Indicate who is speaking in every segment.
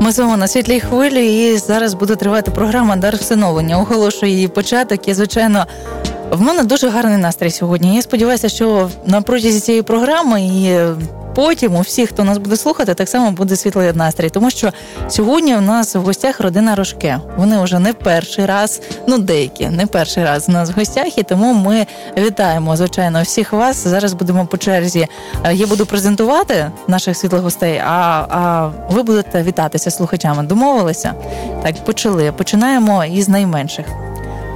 Speaker 1: Ми з вами на світлій хвилі, і зараз буде тривати програма Дар всиновлення. Оголошую її початок. І звичайно, в мене дуже гарний настрій сьогодні. Я сподіваюся, що на протязі цієї програми і потім у всіх, хто нас буде слухати, так само буде світлий настрій. Тому що сьогодні в нас в гостях родина Рожке. Вони вже не перший раз, ну деякі не перший раз у нас в гостях, і тому ми вітаємо звичайно всіх вас. Зараз будемо по черзі. Е, Я буду презентувати наших світлих гостей, а, а ви будете вітатися з слухачами. Домовилися? Так, почали. Починаємо із найменших.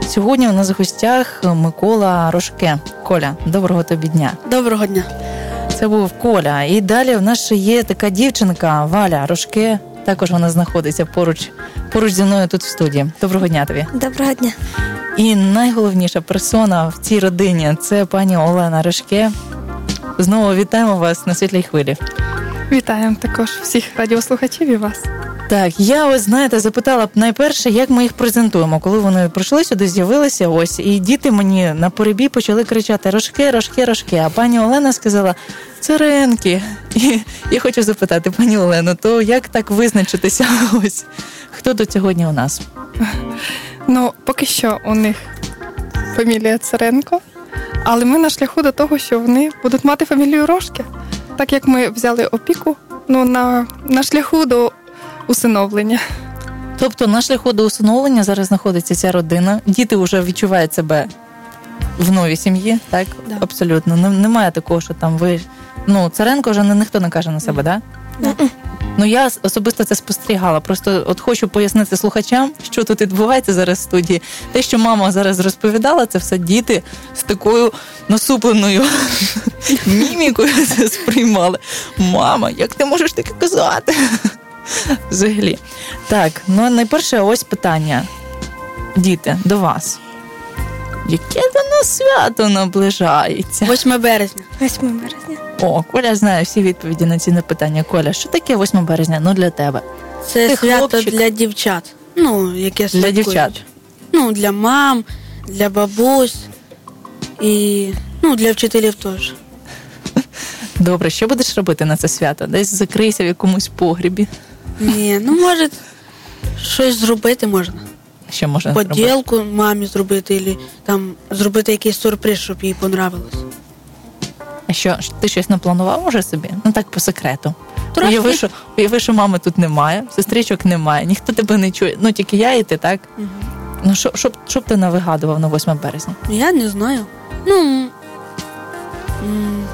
Speaker 1: Сьогодні у нас в гостях Микола Рожке. Коля, доброго тобі дня.
Speaker 2: Доброго дня.
Speaker 1: Це був Коля. І далі в нас ще є така дівчинка Валя Рожке. Також вона знаходиться поруч поруч зі мною тут в студії. Доброго дня тобі.
Speaker 3: Доброго дня.
Speaker 1: І найголовніша персона в цій родині це пані Олена Рожке. Знову вітаємо вас на світлій хвилі.
Speaker 4: Вітаємо також всіх радіослухачів і вас.
Speaker 1: Так, я ось знаєте, запитала б найперше, як ми їх презентуємо, коли вони прийшли сюди, з'явилися ось, і діти мені на перебій почали кричати Рожке, Рожке, Рожке. А пані Олена сказала Царенки. І я хочу запитати, пані Олено, то як так визначитися? Ось хто тут сьогодні у нас?
Speaker 4: Ну, поки що у них фамілія Царенко, але ми на шляху до того, що вони будуть мати фамілію Рожки, так як ми взяли опіку ну, на, на шляху до усиновлення.
Speaker 1: Тобто, на шляху до усиновлення зараз знаходиться ця родина. Діти вже відчувають себе в новій сім'ї, так?
Speaker 2: Да.
Speaker 1: Абсолютно. Нем- Немає такого, що там ви. Ну, Царенко вже ні- ніхто не каже на себе, так? Да? Ну, я с- особисто це спостерігала. Просто от хочу пояснити слухачам, що тут відбувається зараз в студії. Те, що мама зараз розповідала, це все діти з такою насупленою мімікою це сприймали. Мама, як ти можеш таке казати? Взагалі. Так, ну а найперше, ось питання. Діти, до вас. Яке до нас свято наближається?
Speaker 2: 8 березня.
Speaker 3: 8 березня.
Speaker 1: О, Коля знає всі відповіді на ці питання. Коля, що таке 8 березня? Ну для тебе.
Speaker 2: Це
Speaker 1: Ти
Speaker 2: свято
Speaker 1: хлопчик?
Speaker 2: для дівчат. Ну, яке
Speaker 1: Для
Speaker 2: святкують.
Speaker 1: дівчат.
Speaker 2: Ну, для мам, для бабусь і ну, для вчителів теж.
Speaker 1: Добре, що будеш робити на це свято? Десь закрийся в якомусь погрібі.
Speaker 2: Ні, ну може щось зробити можна.
Speaker 1: Е, Що можна зробити?
Speaker 2: Поділку мамі зробити, і там зробити якийсь сюрприз, щоб їй понравилось.
Speaker 1: А що ж, ти щось напланував уже собі? Ну так по секрету.
Speaker 2: Трошки.
Speaker 1: Уяви, що, уяви, що мами тут немає, сестричок немає, ніхто тебе не чує. Ну тільки я і ти, так? Ну що, що, б- що б ти навигадував на 8 березня?
Speaker 2: Я не знаю. Ну. м, м,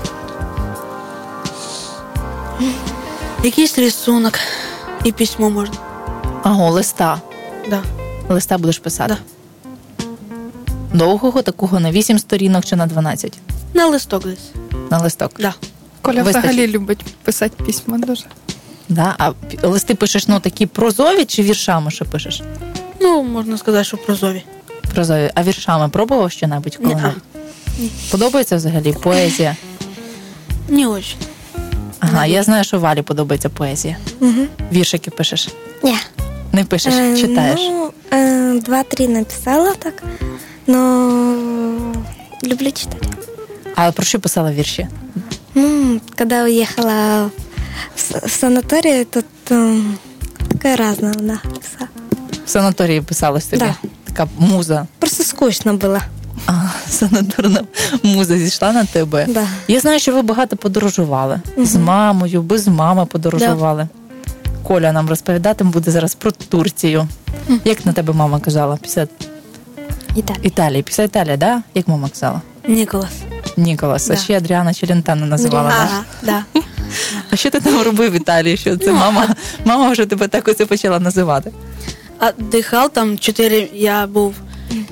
Speaker 2: Якийсь рисунок і письмо можна.
Speaker 1: Аго, листа.
Speaker 2: Да.
Speaker 1: Листа будеш писати. Довгого такого на 8 сторінок чи на 12?
Speaker 2: На листок десь.
Speaker 1: На листок.
Speaker 2: Да.
Speaker 4: Коля
Speaker 1: Вистачить.
Speaker 4: взагалі любить писати письма дуже.
Speaker 1: Да? А пі- листи пишеш ну такі прозові чи віршами що пишеш?
Speaker 2: Ну, можна сказати, що прозові.
Speaker 1: Прозові. А віршами пробував щонебудь
Speaker 2: Ні-а.
Speaker 1: коли? Подобається взагалі поезія?
Speaker 2: Не очень.
Speaker 1: Ага, я знаю, що Валі подобається поезія.
Speaker 3: Угу.
Speaker 1: Віршики пишеш.
Speaker 3: Ні.
Speaker 1: Не пишеш,
Speaker 3: Е,
Speaker 1: читаєш.
Speaker 3: Ну, е, два-три написала так. Но люблю читать.
Speaker 1: А про що писала вірші?
Speaker 3: Ну, когда уехала в, с- в санаторий, тут э, такая разная она писала.
Speaker 1: В санаторії писалась тобі.
Speaker 3: Да.
Speaker 1: Така муза.
Speaker 3: Просто скучно было.
Speaker 1: А, санаторна муза зійшла на тебе.
Speaker 3: Да.
Speaker 1: Я знаю, що ви багато подорожували з мамою, без мами подорожували. Коля нам розповідати буде зараз про Турцію. Як на тебе мама казала? Після
Speaker 3: И так.
Speaker 1: Італії, після Італії, да? Як мама казала?
Speaker 2: Ніколас.
Speaker 1: Ніколас, а
Speaker 2: Да.
Speaker 1: ще Адріана Челентана називала. да?
Speaker 2: Ага, да.
Speaker 1: А що ти там робив в Італії? Що
Speaker 2: Ну.
Speaker 1: це мама? Мама вже тебе так ось і почала називати.
Speaker 2: А дихав там 4, я був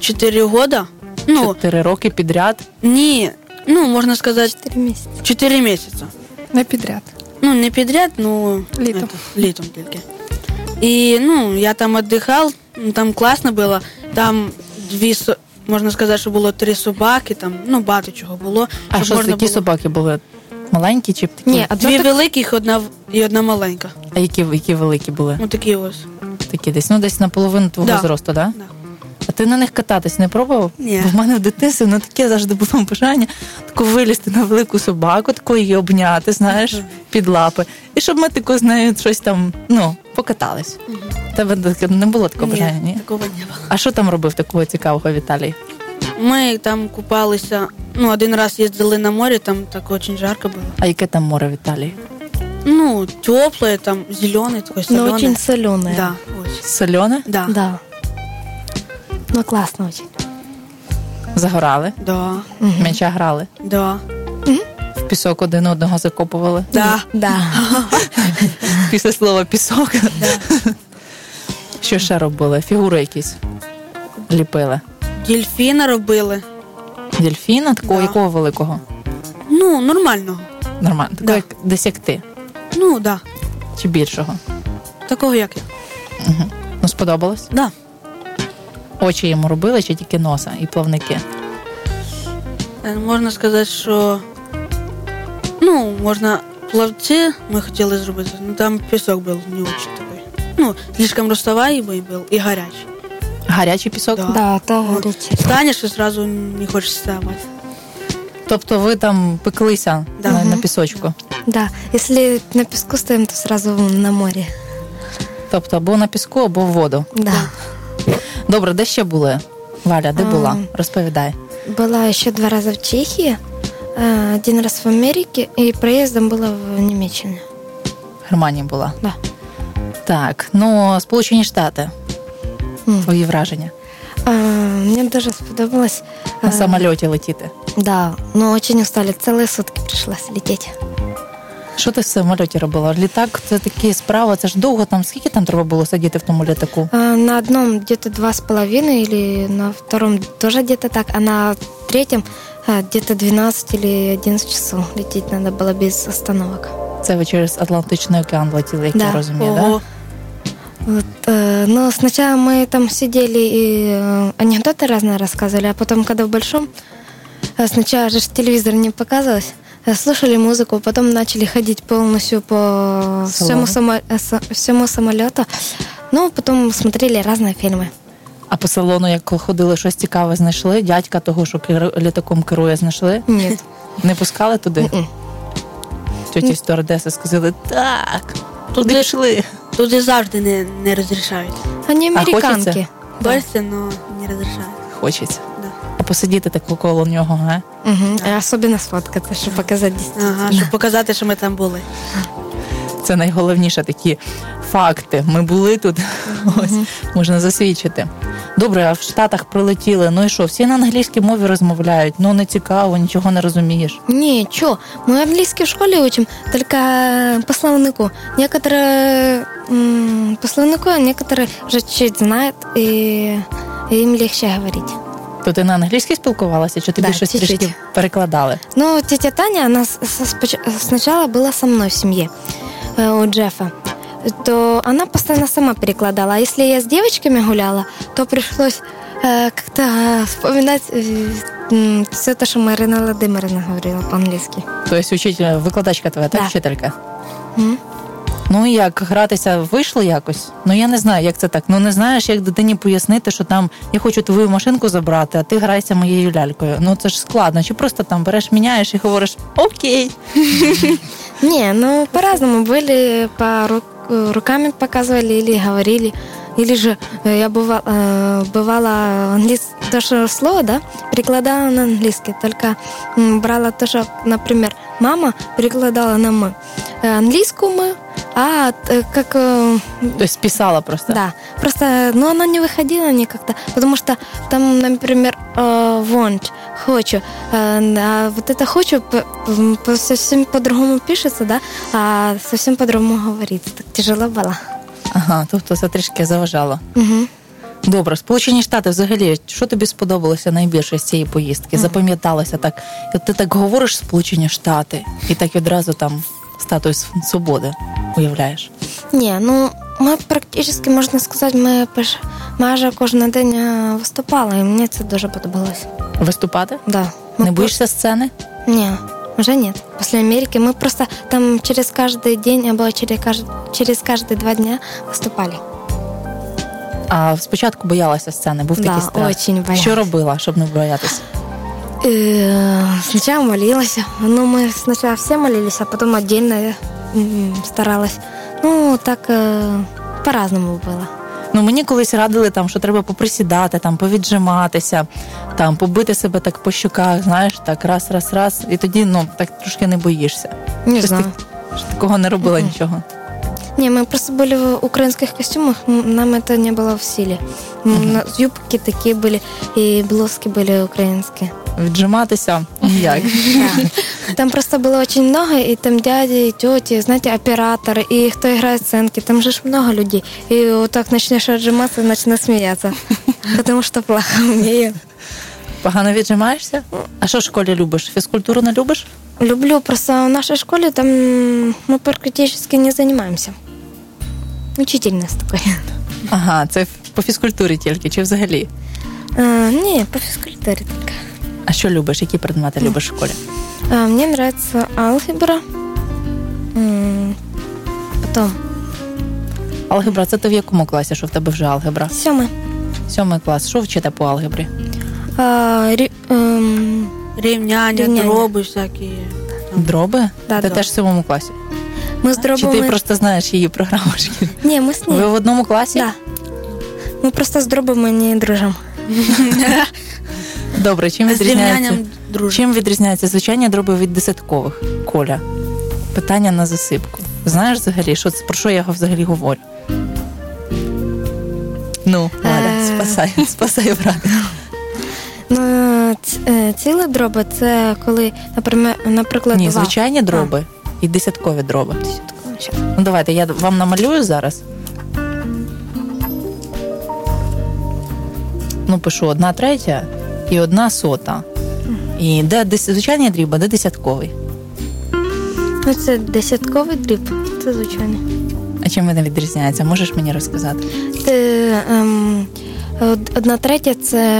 Speaker 2: 4 года. Ну,
Speaker 1: Чотири роки підряд.
Speaker 2: ні, ну, можна сказати,
Speaker 3: Четыре месяца.
Speaker 2: 4 місяці.
Speaker 4: Не підряд.
Speaker 2: Ну, не підряд, ну,
Speaker 4: Літом.
Speaker 2: это, літом тільки. І, ну, я там віддихав, ну, там класно було. Там дві, со- можна сказати, що було три собаки, там, ну, багато чого було.
Speaker 1: А
Speaker 2: щоб
Speaker 1: що
Speaker 2: можна
Speaker 1: такі
Speaker 2: було-
Speaker 1: собаки були? Маленькі чи б такі?
Speaker 3: Ні, а
Speaker 2: Дві великих одна, в- і одна маленька.
Speaker 1: А які, які великі були?
Speaker 2: Ну, такі ось.
Speaker 1: Такі десь, ну десь наполовину твого
Speaker 2: Да.
Speaker 1: зросту, да?
Speaker 2: Да.
Speaker 1: А ти на них кататись не пробував?
Speaker 2: Ні.
Speaker 1: Бо в мене в дитинстві ну, таке завжди було бажання таку вилізти на велику собаку, таку її обняти, знаєш, під лапи. І щоб ми тако з нею щось там ну, покатались. Тебе таке не було такого бажання, ні?
Speaker 2: такого не було.
Speaker 1: А що там робив такого цікавого Віталій?
Speaker 2: Ми там купалися, ну, один раз їздили на море, там так очень жарко було.
Speaker 1: А яке там море Віталій?
Speaker 2: Ну, теплое, там зеленый такой,
Speaker 3: Но
Speaker 2: соленый.
Speaker 3: Ну, очень соленая.
Speaker 2: Да, очень.
Speaker 1: Солене?
Speaker 2: Да. Да.
Speaker 3: Да. Но классно очень.
Speaker 1: Загорали,
Speaker 2: Да.
Speaker 1: в м'яча грали,
Speaker 2: Да.
Speaker 1: в пісок один одного закопували.
Speaker 2: Да.
Speaker 3: Да.
Speaker 1: Після слова пісок. Що ще робили? Фігури якісь ліпили.
Speaker 2: Дельфіна робили.
Speaker 1: Дельфіна, такого
Speaker 2: Да.
Speaker 1: якого великого?
Speaker 2: Ну, нормального.
Speaker 1: Нормально. Такого
Speaker 2: Да.
Speaker 1: як десякти
Speaker 2: Ну, да.
Speaker 1: чи більшого.
Speaker 2: Такого як я.
Speaker 1: Ну, сподобалось?
Speaker 2: Да.
Speaker 1: Очі йому робили чи тільки носа і плавники.
Speaker 2: Е, Можна сказати, що ну, можна плавці ми хотіли зробити, ну там пісок був не дуже такий. Ну, слишком розставаємий був і гарячий.
Speaker 1: Гарячий пісок.
Speaker 2: Да.
Speaker 3: Да, то горячее.
Speaker 2: Станеш і одразу не хочеш вставати.
Speaker 1: Тобто ви там пеклися
Speaker 2: Да.
Speaker 1: на, на
Speaker 2: Мгм.
Speaker 1: пісочку.
Speaker 3: Да. Если на песку стоим, то сразу на море.
Speaker 1: Тобто або на піску, або в воду.
Speaker 3: Да.
Speaker 1: Добре, де ще були? Валя, де
Speaker 3: А.
Speaker 1: була? Розповідай.
Speaker 3: Была еще два раза в Чехии, э, один раз в Америке, и проездом было в Немеччине.
Speaker 1: Германія була.
Speaker 3: Да.
Speaker 1: Так, ну Сполучені Штати.
Speaker 3: М.
Speaker 1: Твої враження.
Speaker 3: А, Мне даже сподобалось.
Speaker 1: На
Speaker 3: э,
Speaker 1: самольоті летіти.
Speaker 3: Да, но очень устали. Целые сутки пришлось лететь.
Speaker 1: Що ти в самольоті робила? Літак це такі справа, це ж довго там. Скільки там треба було сидіти в тому літаку?
Speaker 3: А, На одном где-то два с половиной, или на втором тоже где-то так, а на третьем а, где-то 12 или 11 часов лететь надо было без остановок.
Speaker 1: Це ви через Атлантичний океан летіли, як
Speaker 3: Да.
Speaker 1: я розумію, да?
Speaker 2: Ого.
Speaker 3: Вот, э, но сначала мы там сидели и э, анекдоты разные рассказывали, а потом, когда в большом, э, сначала же ж телевизор не показывалось, э, слушали музыку, потом начали ходить полностью по
Speaker 1: Салону.
Speaker 3: всему, само- э, со- всему самолету. Ну, потом смотрели разные фильмы.
Speaker 1: А по салону, як ходили, щось цікаве знайшли. Дядька того, що керу- літаком керує, знайшли.
Speaker 3: Нет.
Speaker 1: Не пускали туди.
Speaker 3: Мгм.
Speaker 1: Тьоті стюардеси сказали: так, туди йшли.
Speaker 2: Туди завжди не, не розрішають.
Speaker 3: Они
Speaker 1: А хочеться?
Speaker 3: американки.
Speaker 2: Бачите, але не розрішають.
Speaker 1: Хочеться.
Speaker 2: Да.
Speaker 1: А посидіти так коло нього, га?
Speaker 3: Мгм. А Особенно сфоткаться, чтобы показать
Speaker 2: Ага, щоб показати, що ми там були.
Speaker 1: Це найголовніше такі факти. Ми були тут. Ось можна засвідчити. Добре, а в Штатах прилетіли. Ну і що? Всі на англійській мові розмовляють. Ну не цікаво, нічого не розумієш.
Speaker 3: Не, чё, мы английский в школе учим, только э, по словнику. Некоторые м, по словнику, а некоторые уже чуть знают, и им легче говорить.
Speaker 1: То ти на англійській спілкувалася, чи тобі
Speaker 3: Да,
Speaker 1: щось
Speaker 3: чуть-чуть.
Speaker 1: трішки перекладали?
Speaker 3: Но тетя Таня, она с- со- споч- сначала была со мной в семье э, у Джеффа. То она постоянно сама перекладала. А если я с девочками гуляла, то пришлось э, как-то вспоминать все то, что Марина Владимировна говорила по-английски.
Speaker 1: Тобто учитель, викладачка твоя, так,
Speaker 3: Да.
Speaker 1: вчителька?
Speaker 3: М?
Speaker 1: Ну і як гратися вийшло якось? Ну я не знаю, як це так. Ну не знаєш, як дитині пояснити, що там я хочу твою машинку забрати, а ти грайся моєю лялькою. Ну це ж складно. Чи просто там береш, міняєш і говориш Окей.
Speaker 3: Не, ну по-разному были, по ру- э, руками показывали или говорили, или же э, я бывала, э, бывала английс- то, что слово, да, перекладала на английский, только м, брала то, что, например, мама перекладала на мы э, английскую мы, а э, как э,
Speaker 1: Тобто списала просто.
Speaker 3: да, просто, ну, она не выходила никогда, потому что там, например, э, want, хочу, э, а вот это хочу п- м, п- совсем по-другому пишется, да, а совсем по-другому говорится, так тяжело было.
Speaker 1: Ага, тобто це трішки заважало.
Speaker 3: Мгм.
Speaker 1: Добре, Сполучені Штати взагалі, що тобі сподобалося найбільше з цієї поїздки? Запам'яталося так. От ти так говориш Сполучені Штати, і так відразу там статус свободи уявляєш.
Speaker 3: Не, ну, ми практически, можна сказати, ми пиш, майже кожен день е, виступали, і мені це дуже подобалось.
Speaker 1: Виступати?
Speaker 3: Да. Ми
Speaker 1: Не
Speaker 3: по-
Speaker 1: боїшся сцени?
Speaker 3: Не, уже нет. После Америки мы просто там через каждый день, або через, кажд- через каждые два дня выступали.
Speaker 1: А спочатку боялася сцени, був такий
Speaker 3: Да,
Speaker 1: страх.
Speaker 3: очень боялась.
Speaker 1: Що робила, щоб не боятися?
Speaker 3: Э, Сначала молилась. Ну, мы сначала все молились, а потом отдельно м, старалась. Ну, так е, по-разному було.
Speaker 1: Ну мені колись радили там, що треба поприсідати, там повіджиматися, там побити себе так по щоках, знаєш, так раз, раз, раз. І тоді ну так трошки не боїшся.
Speaker 3: Не
Speaker 1: Щось
Speaker 3: знаю.
Speaker 1: так- що такого не робила
Speaker 3: Мгм.
Speaker 1: нічого.
Speaker 3: Не, мы просто были в украинских костюмах, м, нам это не было в силе. М,
Speaker 1: Мгм.
Speaker 3: на- Юбки такие были, и блузки были украинские.
Speaker 1: Віджиматися ніяк.
Speaker 3: Да. Там просто было очень много, и там дяди, и тети, знаете, операторы, и кто играет сценки, там же ж много людей. И вот так начнешь отжиматься, начну смеяться, потому что плохо умею.
Speaker 1: Погано віджимаєшся? А що в школі любиш? Фізкультуру не любиш?
Speaker 3: Люблю, просто в нашей школе там мы практически не занимаемся. Учитель нас такой.
Speaker 1: Ага, це по фізкультурі тільки чи взагалі.
Speaker 3: А, не, по физкультуре только.
Speaker 1: А що любиш? Які предмети любиш в школі?
Speaker 3: А, Мне нравится алгебра. М, Потом
Speaker 1: Алгебра, це ти в якому класі? Що в тебе вже алгебра?
Speaker 3: сьоме.
Speaker 1: Сьомий клас. Що вчите по алгебрі?
Speaker 3: А, рі- ем,
Speaker 2: Рівняння,
Speaker 3: Рівняння.
Speaker 2: дроби всякі. там.
Speaker 1: Дроби?
Speaker 3: Да,
Speaker 1: ти
Speaker 3: да.
Speaker 1: теж в сьомому класі.
Speaker 3: Ми з
Speaker 1: Чи ти
Speaker 3: дробами.
Speaker 1: просто знаєш її програму? шкільну?
Speaker 3: Ні, ми з
Speaker 1: Ви
Speaker 3: ним.
Speaker 1: в одному класі?
Speaker 3: Да. Ми просто з дробами не дружимо.
Speaker 1: Добре, чим
Speaker 2: А З
Speaker 1: відрізняється?
Speaker 2: рівнянням дружби.
Speaker 1: Чим відрізняється звичайні дроби від десяткових? Коля. Питання на засипку. Знаєш взагалі, що це- про що я взагалі говорю? Ну, Валя,
Speaker 3: Е.
Speaker 1: спасай, спасай, брат.
Speaker 3: Ну, е, ц- е, ціле дроби це коли, наприме- наприклад,
Speaker 1: Ні,
Speaker 3: два.
Speaker 1: звичайні дроби і десяткові дроби.
Speaker 3: Щас.
Speaker 1: Ну давайте, я вам намалюю зараз. Ну, пишу одна третя і одна сота. І де дес- звичайний дріб, а де десятковий.
Speaker 3: Ну, це десятковий дріб, це звичайно.
Speaker 1: А чим вони відрізняються? Можеш мені розказати?
Speaker 3: Це, ем, од- одна третя це,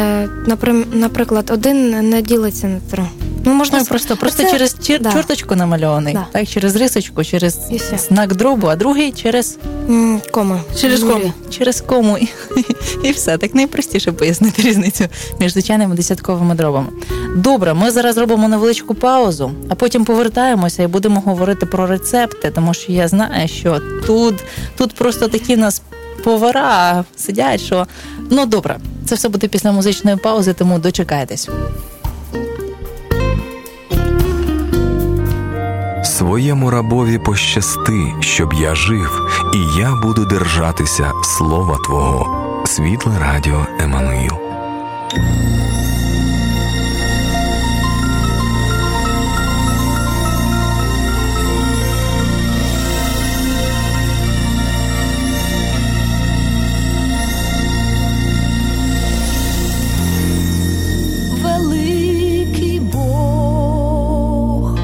Speaker 3: наприм- наприклад, один не ділиться на три. Ну, можна
Speaker 1: Ну, просто просто
Speaker 3: це-
Speaker 1: через чер-
Speaker 3: да.
Speaker 1: чорточку намальований,
Speaker 3: Да.
Speaker 1: так, через рисочку, через
Speaker 3: І все.
Speaker 1: знак дробу, а другий через,
Speaker 3: М, Кома.
Speaker 2: Через
Speaker 3: Нулі.
Speaker 2: кому.
Speaker 1: через кому. І, і все. Так найпростіше пояснити різницю між звичайними десятковими дробами. Добре, ми зараз робимо невеличку паузу, а потім повертаємося і будемо говорити про рецепти, тому що я знаю, що тут, тут просто такі нас повара сидять, що ну добре, це все буде після музичної паузи, тому дочекайтесь.
Speaker 5: Своєму рабові пощасти, щоб я жив, і я буду держатися слова Твого. Світле радіо Еммануїл.
Speaker 6: Великий Бог,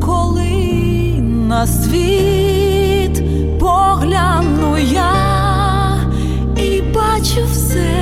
Speaker 6: коли на світ погляну я і бачу все,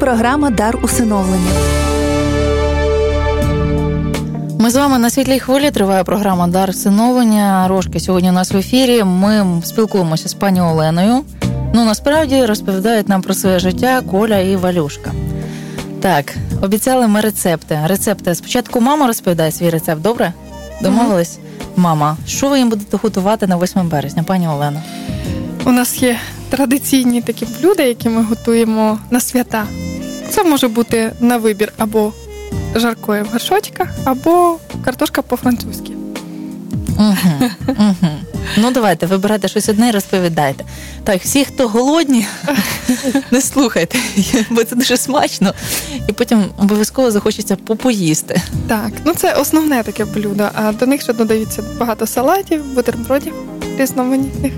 Speaker 7: програма Дар усиновлення.
Speaker 1: Ми з вами на світлій хвилі. Триває програма Дар всиновлення. Рожки сьогодні у нас в ефірі. Ми спілкуємося з пані Оленою. Ну насправді розповідають нам про своє життя Коля і Валюшка. Так, обіцяли ми рецепти. Рецепти. Спочатку мама розповідає свій рецепт, добре? Домовились? Мама, що ви їм будете готувати на 8 березня, пані Олено?
Speaker 4: У нас є традиційні такі блюда, які ми готуємо на свята. Це може бути на вибір або жаркое в горшочках, або картошка по-французьки.
Speaker 1: Мгм, мгм. Ну, давайте, вибирайте щось одне і розповідайте. Так, всі, хто голодні, не слухайте, бо це дуже смачно. І потім обов'язково захочеться попоїсти.
Speaker 4: Так, ну це основне таке блюдо. А до них ще додаються багато салатів, бутербродів різноманітних.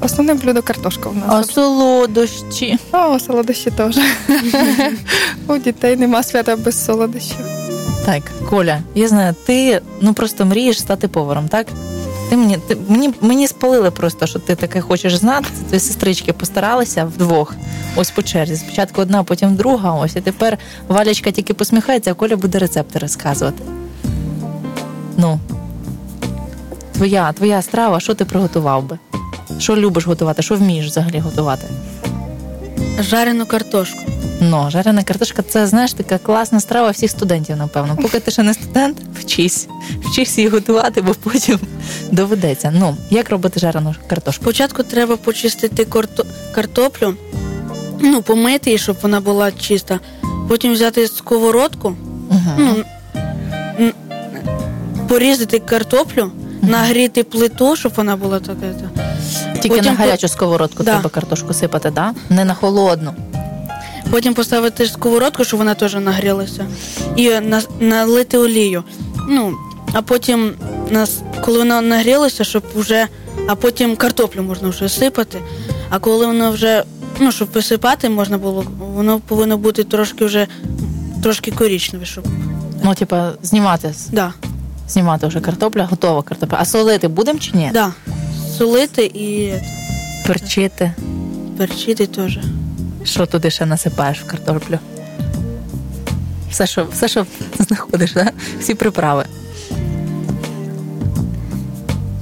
Speaker 4: Основне блюдо картошка у
Speaker 1: А
Speaker 4: нас.
Speaker 1: солодощі.
Speaker 4: А, о, солодощі теж. У дітей нема свята без солодощів.
Speaker 1: Так, Коля, я знаю, ти ну просто мрієш стати поваром, так? Ти мені, ти, мені, мені спалили просто, що ти таке хочеш знати. Це Твої сестрички постаралися вдвох. Ось по черзі. Спочатку одна, потім друга. Ось і тепер Валячка тільки посміхається, а Коля буде рецепти розказувати. Ну, твоя, твоя страва, що ти приготував би? Що любиш готувати? Що вмієш взагалі готувати?
Speaker 2: Жарену картошку.
Speaker 1: Ну, жарена картошка це знаєш така класна страва всіх студентів, напевно. Поки ти ще не студент, вчись. Вчись її готувати, бо потім доведеться. Ну, як робити жарену картошку?
Speaker 2: Спочатку треба почистити карто- картоплю, ну, помити її, щоб вона була чиста. Потім взяти сковородку,
Speaker 1: Угу.
Speaker 2: ну, м, порізати картоплю, нагріти плиту, щоб вона була така. та.
Speaker 1: Тільки
Speaker 2: потім
Speaker 1: на гарячу сковородку
Speaker 2: Да.
Speaker 1: треба картошку сипати, да? не на холодну.
Speaker 2: Потім поставити сковородку, щоб вона теж нагрілася. І на- налити олію. Ну, а потім, нас- коли вона нагрілася, щоб вже. А потім картоплю можна вже сипати. А коли воно вже, ну, щоб висипати можна було, воно повинно бути трошки вже трошки корічневе, щоб.
Speaker 1: Ну, типа, знімати, з-
Speaker 2: Да,
Speaker 1: знімати вже картопля, готова картопля. А солити будемо чи ні?
Speaker 2: да. Солити і
Speaker 1: Перчити.
Speaker 2: перчити теж.
Speaker 1: Що туди ще насипаєш в картоплю? Все, що, все, що знаходиш, да? всі приправи.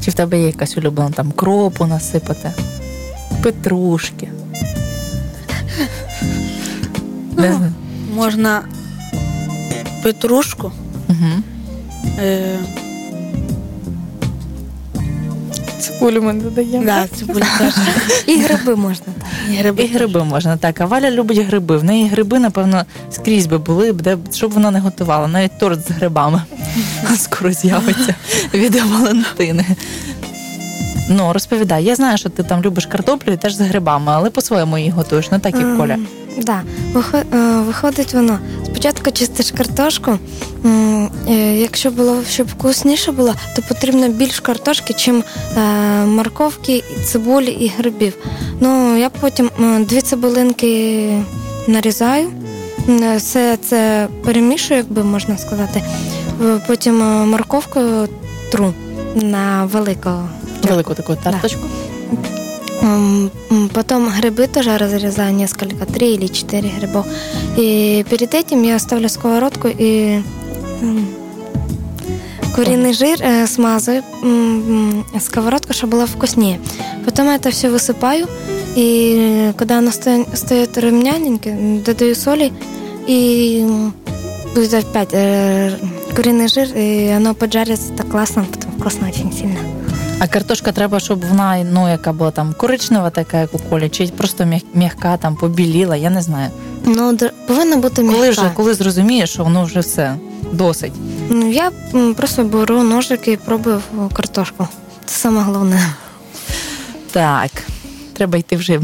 Speaker 1: Чи в тебе є якась улюблена там кропу насипати, петрушки? Не знаю.
Speaker 2: Можна петрушку.
Speaker 1: Мгм.
Speaker 2: Е,
Speaker 4: Цибулю ми додаємо.
Speaker 2: да, цибуля теж.
Speaker 3: І гриби можна.
Speaker 2: І
Speaker 1: І
Speaker 2: гриби.
Speaker 1: гриби можна. Так, а Валя любить гриби. В неї гриби, напевно, скрізь би були, де, б- що б вона не готувала, навіть торт з грибами. Скоро з'явиться від Валентини. Ну, розповідай, я знаю, що ти там любиш картоплю і теж з грибами, але по-своєму її готуєш, не так, як
Speaker 3: Ем,
Speaker 1: Коля.
Speaker 3: Да. Вихо- е, Виходить воно. Спочатку чистиш картошку. М, е, Якщо було щоб вкусніше було, то потрібно більш картошки, чим е, морковки, і цибулі і грибів. Ну я потім е, дві цибулинки нарізаю. М, е, Все це перемішую, якби можна сказати. Е, Потім е, морковку тру на великого.
Speaker 1: Велику таку тарточку.
Speaker 3: М, м, Потом грибы тоже разрезаю несколько, три или четыре грибов. И перед этим я ставлю сковородку и м, куриный жир э, смазываю м, м, сковородку, чтобы было вкуснее. Потом это все высыпаю, и когда оно ста- стоит ровняненько, додаю соли и м, будет опять э, куриный жир, и оно поджарится так классно, потом вкусно очень сильно.
Speaker 1: А картошка треба, щоб вона, ну, яка була там коричнева, така, як у Колі, чи просто м'я- м'яка, там, побіліла, я не знаю.
Speaker 3: Ну, др- повинно бути м'яка.
Speaker 1: Коли вже коли зрозумієш, що воно вже все досить.
Speaker 3: Ну, я м, просто беру ножик і пробую о, картошку. Це саме головне.
Speaker 1: Так, треба йти вже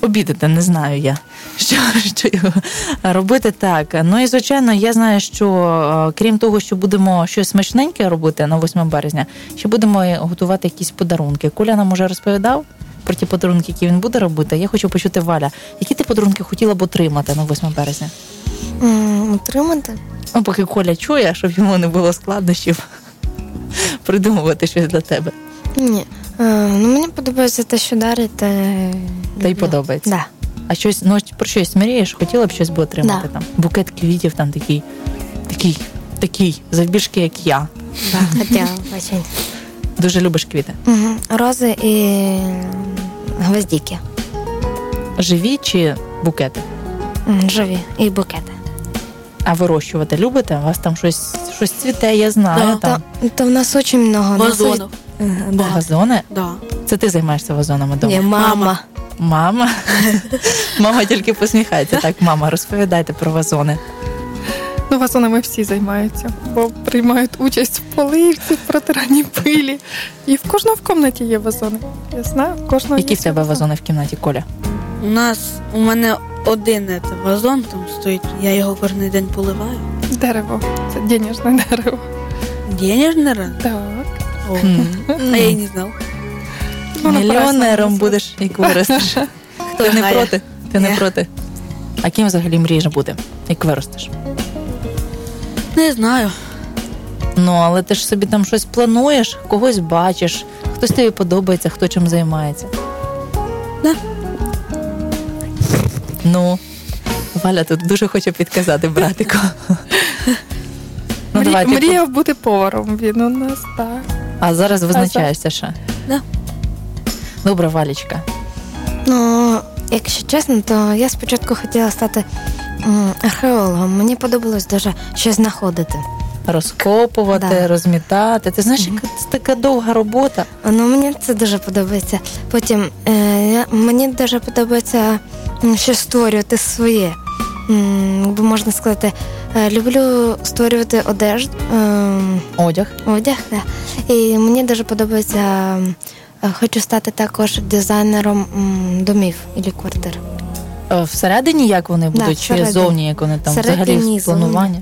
Speaker 1: обідати, не знаю я, що, що його робити так. Ну і звичайно, я знаю, що е, крім того, що будемо щось смачненьке робити на 8 березня, ще будемо і готувати якісь подарунки. Коля нам уже розповідав про ті подарунки, які він буде робити. Я хочу почути Валя, які ти подарунки хотіла б отримати на 8 березня?
Speaker 3: М, Утримати.
Speaker 1: Ну, поки Коля чує, щоб йому не було складнощів придумувати щось для тебе.
Speaker 3: Ні. Е, Ну, мені подобається те, що дарить.
Speaker 1: Та й подобається.
Speaker 3: Да.
Speaker 1: А щось, ну про щось мрієш, хотіла б щось би отримати
Speaker 3: Да.
Speaker 1: там. Букет квітів там такий, такий, такий, завбільшки, як я.
Speaker 3: Да, хотела очень.
Speaker 1: Дуже любиш квіти.
Speaker 3: Мгм. Розы и м, гвоздики.
Speaker 1: Живі чи букети?
Speaker 3: М, Живі і букети.
Speaker 1: А вирощувати любите? У вас там щось, щось цвіте, я знаю. там
Speaker 3: То, то в нас очень много. У нас
Speaker 2: Вазонов.
Speaker 3: ведь- Да.
Speaker 1: Газони.
Speaker 2: Да.
Speaker 1: Це ти займаєшся вазонами вдома?
Speaker 3: Ні, мама.
Speaker 1: Мама. мама тільки посміхається. Так, мама, розповідайте про вазони.
Speaker 4: Ну, вазонами всі займаються, бо приймають участь в поливці, в протиранні пилі. І в кожного в кімнаті є вазони. Я знаю, в кожного
Speaker 1: Які
Speaker 4: є
Speaker 1: в
Speaker 4: свій
Speaker 1: тебе
Speaker 4: вазон.
Speaker 1: вазони в кімнаті, Коля?
Speaker 2: У нас у мене один е, вазон там стоїть, я його кожен день поливаю.
Speaker 4: Дерево. Це денежне дерево.
Speaker 2: Денежний ран.
Speaker 4: Так.
Speaker 2: О, а я й не знав.
Speaker 4: Ну, на
Speaker 1: Мільйонером
Speaker 4: прекрасно.
Speaker 1: будеш, як виростеш. Ти не
Speaker 2: знає?
Speaker 1: проти? Ти не
Speaker 2: Ні.
Speaker 1: проти. А ким взагалі мрієш бути, як виростеш?
Speaker 2: Не знаю.
Speaker 1: Ну, але ти ж собі там щось плануєш, когось бачиш, хтось тобі подобається, хто чим займається.
Speaker 2: Да.
Speaker 1: Ну, Валя тут дуже хоче підказати братику. ну,
Speaker 4: Мрі-
Speaker 1: давайте.
Speaker 4: Мріяв бути поваром. Він у нас так.
Speaker 1: А зараз визначаєшся ще.
Speaker 2: Да.
Speaker 1: Добре, Валічка.
Speaker 3: Ну, якщо чесно, то я спочатку хотіла стати м, археологом. Мені подобалось дуже щось знаходити.
Speaker 1: Розкопувати,
Speaker 3: Да.
Speaker 1: розмітати. Ти знаєш, яка це така довга робота.
Speaker 3: Ну, мені це дуже подобається. Потім е, я, мені дуже подобається м, ще створювати своє. М, Бо можна сказати, е, люблю створювати одежду, е,
Speaker 1: Одяг.
Speaker 3: одяг. да. І мені дуже подобається, м, е, хочу стати також дизайнером м, домів і квартир.
Speaker 1: Е, Всередині як вони
Speaker 3: Да,
Speaker 1: будуть, чи
Speaker 3: всередині.
Speaker 1: зовні, як вони там взагалі
Speaker 3: Всередині,
Speaker 1: в плануванні?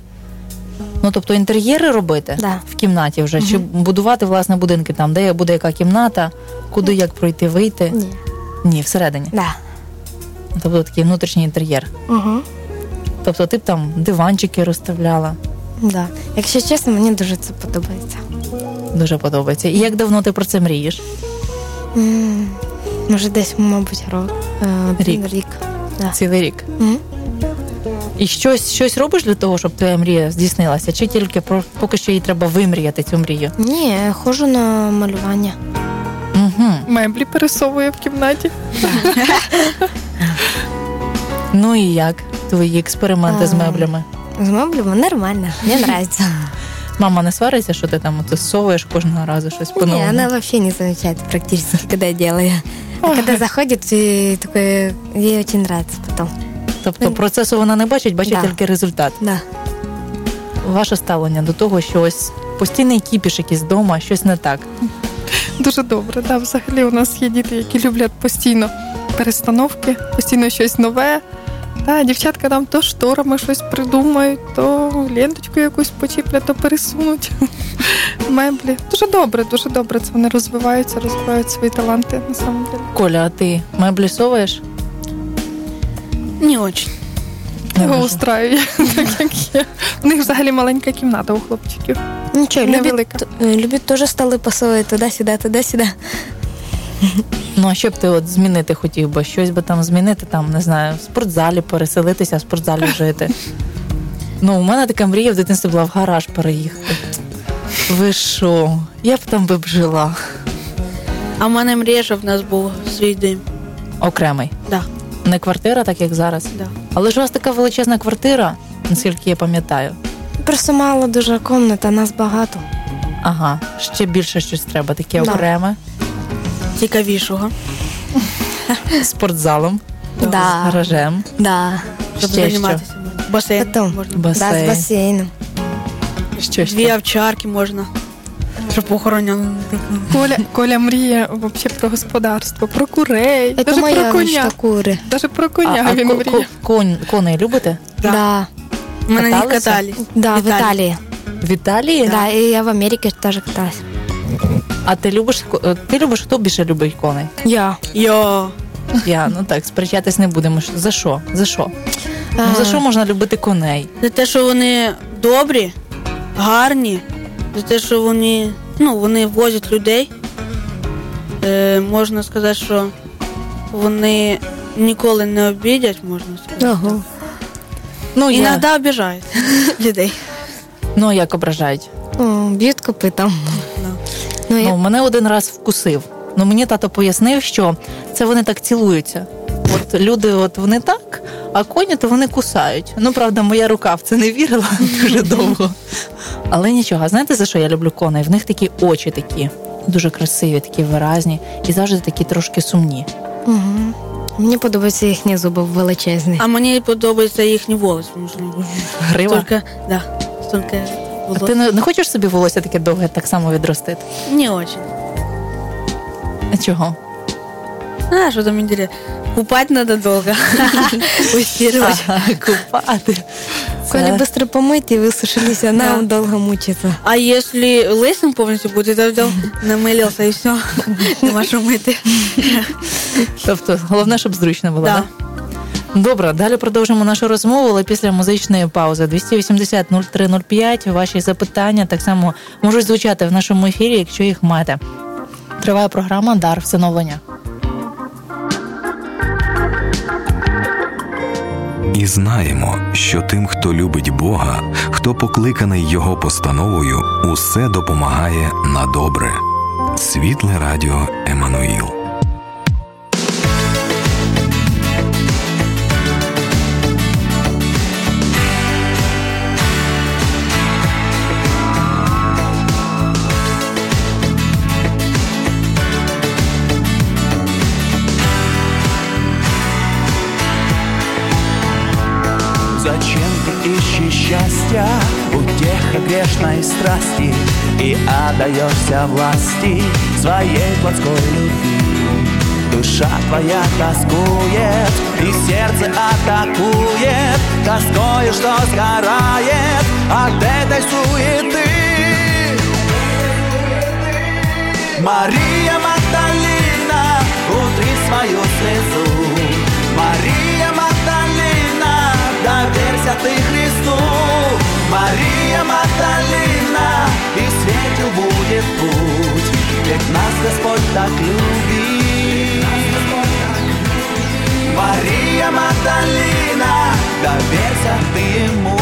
Speaker 1: Ну тобто інтер'єри робити
Speaker 3: Да.
Speaker 1: в кімнаті вже, чи будувати власне будинки там, де буде яка кімната, куди як пройти, вийти.
Speaker 3: Ні.
Speaker 1: Ні, всередині.
Speaker 3: Да.
Speaker 1: Тобто такий внутрішній інтер'єр.
Speaker 3: Угу.
Speaker 1: Тобто ти б там диванчики розставляла.
Speaker 3: Да. Якщо чесно, мені дуже це подобається.
Speaker 1: Дуже подобається. І як давно ти про це мрієш?
Speaker 3: М, Може, десь, мабуть, рок. е,
Speaker 1: Рік.
Speaker 3: рік. Да.
Speaker 1: Цілий рік.
Speaker 3: Мгм.
Speaker 1: І щось, щось робиш для того, щоб твоя мрія здійснилася, чи тільки про поки що їй треба вимріяти цю мрію?
Speaker 3: Ні, я ходжу на малювання.
Speaker 1: Угу.
Speaker 4: Меблі пересовує в кімнаті.
Speaker 1: Ну і як твої експерименти з
Speaker 3: А.
Speaker 1: меблями?
Speaker 3: З меблями нормально, мені нравится.
Speaker 1: Мама не свариться, що ти там оце совуєш кожного разу щось по
Speaker 3: Не,
Speaker 1: новому.
Speaker 3: она вообще не замечает практически, когда я делаю. А когда заходит, и такое, ей очень нравится потом.
Speaker 1: Тобто процесу вона не бачить, бачить
Speaker 3: Да.
Speaker 1: тільки результат.
Speaker 3: Да.
Speaker 1: Ваше ставлення до того, що ось постійний кіпіш якийсь вдома, щось не так.
Speaker 4: Дуже добре. Да, взагалі у нас є діти, які люблять постійно перестановки, постійно щось нове. Та дівчатка там то шторами щось придумають, то ленточку якусь почіплять, то пересунуть меблі. Дуже добре, дуже добре. Це вони розвиваються, розвивають свої таланти на самом деле.
Speaker 1: Коля, а ти меблі совуєш?
Speaker 2: Не очень.
Speaker 1: Не
Speaker 4: Його
Speaker 1: дуже.
Speaker 4: устраює так, як є. У них взагалі маленька кімната у хлопчиків.
Speaker 3: Ничего, любит,
Speaker 4: Невелика.
Speaker 3: э, любит тоже столы посылать туда-сюда, туда-сюда.
Speaker 1: Ну а що б ти от змінити хотів би? Щось би там змінити, там не знаю, в спортзалі переселитися, в спортзалі жити. Ну, у мене така мрія в дитинстві була в гараж переїхати. Ви що? Я б там би б жила.
Speaker 2: А в мене мрія, щоб в нас був свій дим.
Speaker 1: Окремий.
Speaker 2: Да,
Speaker 1: Не квартира, так як зараз.
Speaker 2: да.
Speaker 1: Але ж у вас така величезна квартира, наскільки я пам'ятаю.
Speaker 3: Просто мало дуже комнат, а нас багато.
Speaker 1: Ага, ще більше щось треба, таке
Speaker 3: Да.
Speaker 1: окреме
Speaker 2: Цікавішого.
Speaker 1: з спортзалом,
Speaker 3: Да.
Speaker 1: з гаражем.
Speaker 3: Да.
Speaker 2: Щоб
Speaker 1: Ще
Speaker 2: займатися. Басейн
Speaker 3: Потом.
Speaker 2: можна.
Speaker 3: Да, с
Speaker 1: Басейн.
Speaker 3: бассейном.
Speaker 1: Що
Speaker 2: Дві
Speaker 1: ще?
Speaker 2: овчарки можна. Щоб охороняти.
Speaker 4: Коля, Коля мріє вообще про господарство, про курей,
Speaker 3: Это
Speaker 4: навіть
Speaker 3: моя
Speaker 4: про коня.
Speaker 3: мечта куры.
Speaker 4: Даже про
Speaker 1: А,
Speaker 4: коня
Speaker 1: а
Speaker 4: він
Speaker 1: ко-
Speaker 4: мріє.
Speaker 1: ко- конь, коней любите?
Speaker 2: Да.
Speaker 3: Да.
Speaker 2: Ми на них
Speaker 1: Каталися?
Speaker 2: катались.
Speaker 3: Да, в
Speaker 2: Италии.
Speaker 3: Италии.
Speaker 1: В Італії?
Speaker 3: Да. и я в Америке тоже каталась.
Speaker 1: А ти любиш ко- е, ти любиш, хто більше любить коней?
Speaker 3: Я.
Speaker 2: Йо.
Speaker 1: Я ну так, сперечатись не будемо. Ш- За що? За що? Ну,
Speaker 3: А.
Speaker 1: за що можна любити коней?
Speaker 2: За те, що вони добрі, гарні, за те, що вони, ну, вони возять людей. Е, можна сказати, що вони ніколи не обідять, можна сказати.
Speaker 3: Ого.
Speaker 1: Ну, я...
Speaker 2: Іноді обіжають людей.
Speaker 1: ну а як ображають?
Speaker 3: О, б'ють копитом.
Speaker 2: Да.
Speaker 3: Ну, я
Speaker 1: Ну, мене один раз вкусив. Ну мені тато пояснив, що це вони так цілуються. От люди, от вони так, а коні то вони кусають. Ну правда, моя рука в це не вірила дуже довго. Але нічого, А знаєте за що я люблю коней? В них такі очі такі дуже красиві, такі виразні і завжди такі трошки сумні.
Speaker 3: Мгм. Мені подобаються їхні зуби величезні.
Speaker 2: А мені подобається їхній волос, тому що
Speaker 1: Грива.
Speaker 2: тільки, да, тільки
Speaker 1: А
Speaker 2: волос.
Speaker 1: ти не, не хочеш собі волосся таке довге так само відростити?
Speaker 2: Не очень.
Speaker 1: А чого?
Speaker 2: А, что там интересно? Купать надо долго. Устирывать.
Speaker 1: Ага, Купати.
Speaker 3: Коли
Speaker 1: Це-
Speaker 3: швидко помити і висушилися, нам довго мучиться.
Speaker 2: А если лысым полностью будет, то взял, намылился и все. Нема що мити.
Speaker 1: Тобто, головне, щоб зручно було.
Speaker 2: Да.
Speaker 1: Да. Добре, далі продовжимо нашу розмову, але після музичної паузи 280 0305 Ваші запитання так само можуть звучати в нашому ефірі, якщо їх маєте. Триває програма Дар всиновлення.
Speaker 5: І знаємо, що тим, хто любить Бога, хто покликаний Його постановою, усе допомагає на добре. Світле радіо Еммануїл.
Speaker 8: Зачем ты ищешь счастья у тех грешной страсти И отдаешься власти своей плотской любви Душа твоя тоскует и сердце атакует Тоскою, что сгорает от этой суеты Мария Магдалина, утри свою слезу. Мария Магдалина, доверься ты Христу. Мария Магдалина, и светил будет путь, ведь нас Господь так любит. Мария Магдалина, доверься ты Ему.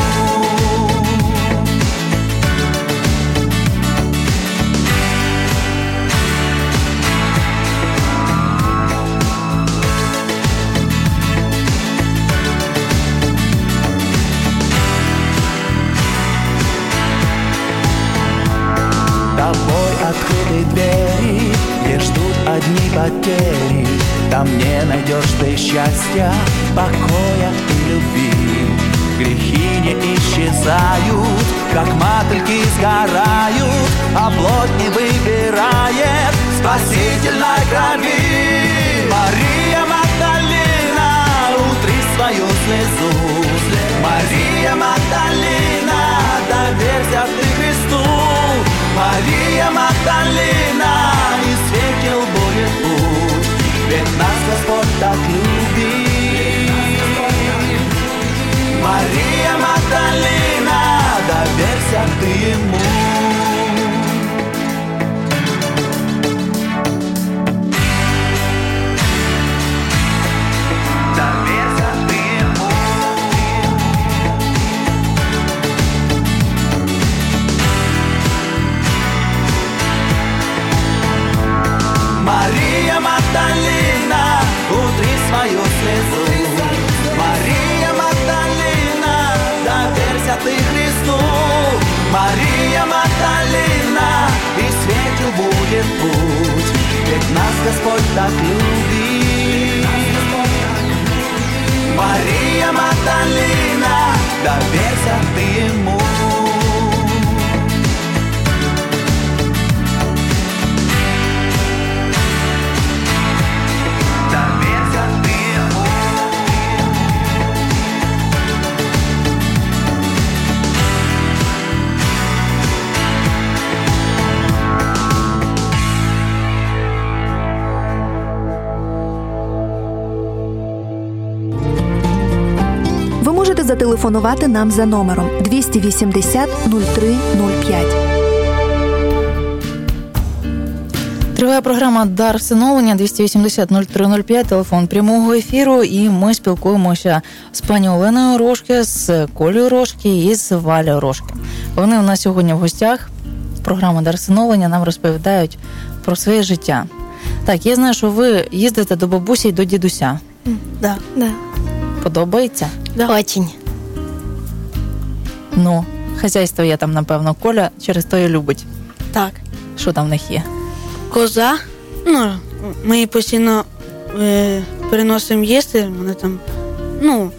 Speaker 8: Тобой открыты двери, где ждут одни потери. Там не найдешь ты счастья, покоя и любви. Грехи не исчезают, как мотыльки сгорают, а плоть не выбирает спасительной крови. Мария Магдалина, утри свою слезу. Мария Магдалина, доверься ты Христу. Мария Магдалина, и светил будет путь, ведь нас Господь так любит. Мария Магдалина, доверься ты Ему. Доверься ты Ему. Мария Магдалина, утри свою слезу. Мария Магдалина, доверься ты Христу. Мария Магдалина, и светил будет путь, ведь нас Господь так любит. Мария Магдалина, доверься ты Ему. Доверься ты ему.
Speaker 7: Ви можете зателефонувати нам за номером 280 03 05.
Speaker 1: Триває програма Дар всиновлення 280 0305, телефон прямого ефіру. І ми спілкуємося з пані Оленою Рожки, з Колею Рожки і з Валею Рожки. Вони у нас сьогодні в гостях. Програма Дар всиновлення нам розповідають про своє життя. Так, я знаю, що ви їздите до бабусі і до дідуся.
Speaker 2: Да.
Speaker 3: Да.
Speaker 1: Подобається?
Speaker 2: Да.
Speaker 9: Очень.
Speaker 1: Ну, хазяйство я там, напевно, Коля через то і любить.
Speaker 2: Так.
Speaker 1: Що там в них є?
Speaker 2: Коза. Ну, ми її постійно е, переносимо їсти, вона там. Ну,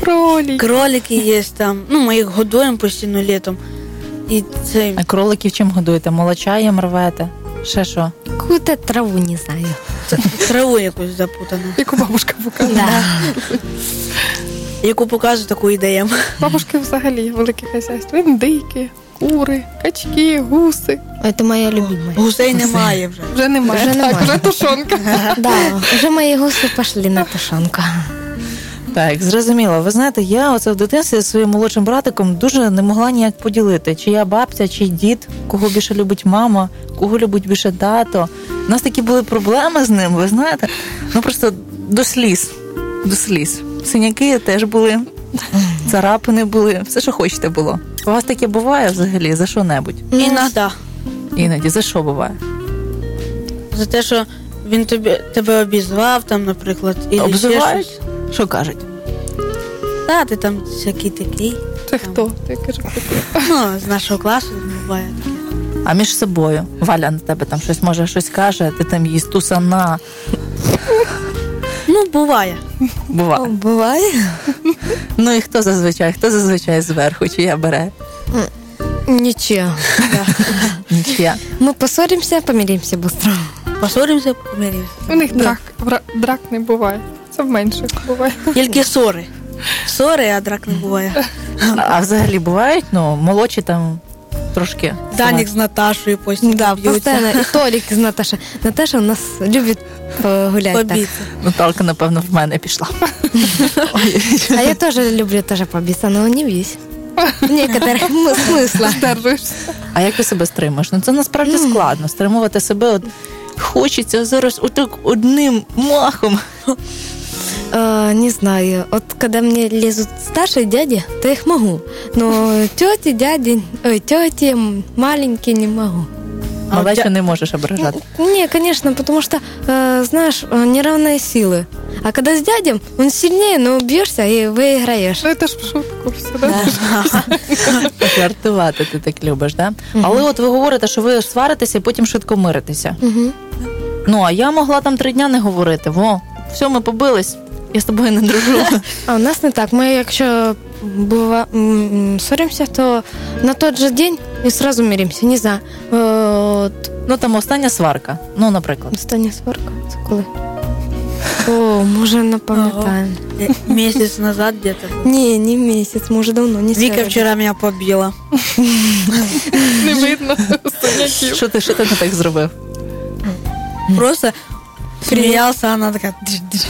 Speaker 4: Кролі.
Speaker 2: кролики є там. Ну, ми їх годуємо постійно літом. І це.
Speaker 1: А кроликів чим годуєте? Молочаєм рвете? Ще що?
Speaker 3: Какую-то траву не знаю.
Speaker 2: Траву якусь запутану.
Speaker 4: Яку бабушка показує.
Speaker 3: Да.
Speaker 2: Яку показує, таку і даємо.
Speaker 4: Бабушки взагалі велике хазяйство. Індики, кури, качки, гуси.
Speaker 3: Это моя любимая.
Speaker 2: Гусей немає вже.
Speaker 4: Вже немає.
Speaker 3: Вже
Speaker 4: так,
Speaker 3: немає.
Speaker 4: вже тушонка.
Speaker 3: Да, уже мои гуси пошли на тушенку.
Speaker 1: Так, зрозуміло. Ви знаєте, я оце в дитинстві зі своїм молодшим братиком дуже не могла ніяк поділити, чи я бабця, чи дід, кого більше любить мама, кого любить більше тато. У нас такі були проблеми з ним, ви знаєте. Ну просто до сліз. До сліз. Синяки теж були, царапини були, все, що хочете було. У вас таке буває взагалі за що-небудь?
Speaker 3: Ну,
Speaker 2: Іноді.
Speaker 1: Іноді за що буває?
Speaker 2: За те, що він тобі, тебе обізвав, там, наприклад, і
Speaker 1: Обзивають? Що кажуть?
Speaker 2: Та, ти там всякий такий.
Speaker 4: Це хто? Ти кажу, хто?
Speaker 2: Ну, з нашого класу буває таке.
Speaker 1: А між собою Валя на тебе там щось може щось каже, ти там її стусана.
Speaker 2: Ну, буває.
Speaker 1: Буває.
Speaker 3: Бывает?
Speaker 1: Ну і хто зазвичай? Хто зазвичай зверху? Чия бере?
Speaker 3: Ничего.
Speaker 1: Нічия.
Speaker 3: Мы поссоримся, помиримся быстро.
Speaker 2: Поссоримося, помиримося.
Speaker 4: У них драк, вра- драк не буває. Це в менших буває.
Speaker 2: Тільки ссори. Ссори, а драк не буває.
Speaker 1: А, а взагалі бувають, ну, молодші там трошки.
Speaker 2: Данік з Наташою постійно
Speaker 3: Да,
Speaker 2: б'ються.
Speaker 3: постоянно. И Толик из Наташи. Наташа у нас любит погулять так.
Speaker 2: Побіться.
Speaker 1: Наталка, напевно, в мене пішла.
Speaker 3: А я тоже люблю тоже побиться, но не весь. В некоторых мы- смысла.
Speaker 4: Здержуєшся.
Speaker 1: А як ти себе стримаєш? Ну це насправді складно. Стримувати себе от хочеться зараз отак одним махом.
Speaker 3: Э, не знаю. Вот когда мне лезут старшие дяди, то их могу. Но тети, дяди, ой, тети м, маленькие не могу.
Speaker 2: А от
Speaker 1: Малечу
Speaker 2: я-
Speaker 1: не можеш ображати.
Speaker 3: Не, конечно, потому что, э, знаешь, э, неравные силы. А когда с дядем, он сильнее, но бьешься и выиграешь.
Speaker 4: Ну, це ж в шутку все, да?
Speaker 1: Жартувати ти так любиш, да? Але от ви говорите, що ви сваритеся і потім швидко миритеся.
Speaker 3: Мгм.
Speaker 1: Ну а я могла там три дня не говорити. Во, все, ми побились. Я з тобою не дружу.
Speaker 3: А у нас не так. Ми якщо бува... м, ссоримся, то на тот же день и сразу миримся. Не знаю. Э, От,
Speaker 1: Ну там остання сварка. Ну, наприклад.
Speaker 3: остання сварка. Це коли? О, може, не пам'ятаю.
Speaker 2: Е, Місяць назад где-то. було.
Speaker 3: Ні, не місяць, може давно, не
Speaker 2: Віка
Speaker 3: сьогодні.
Speaker 2: вчора мене побила.
Speaker 4: Не видно синяків.
Speaker 1: Що ти що ти не так зробив?
Speaker 2: Просто сміялся, а вона така. «Дж-дж».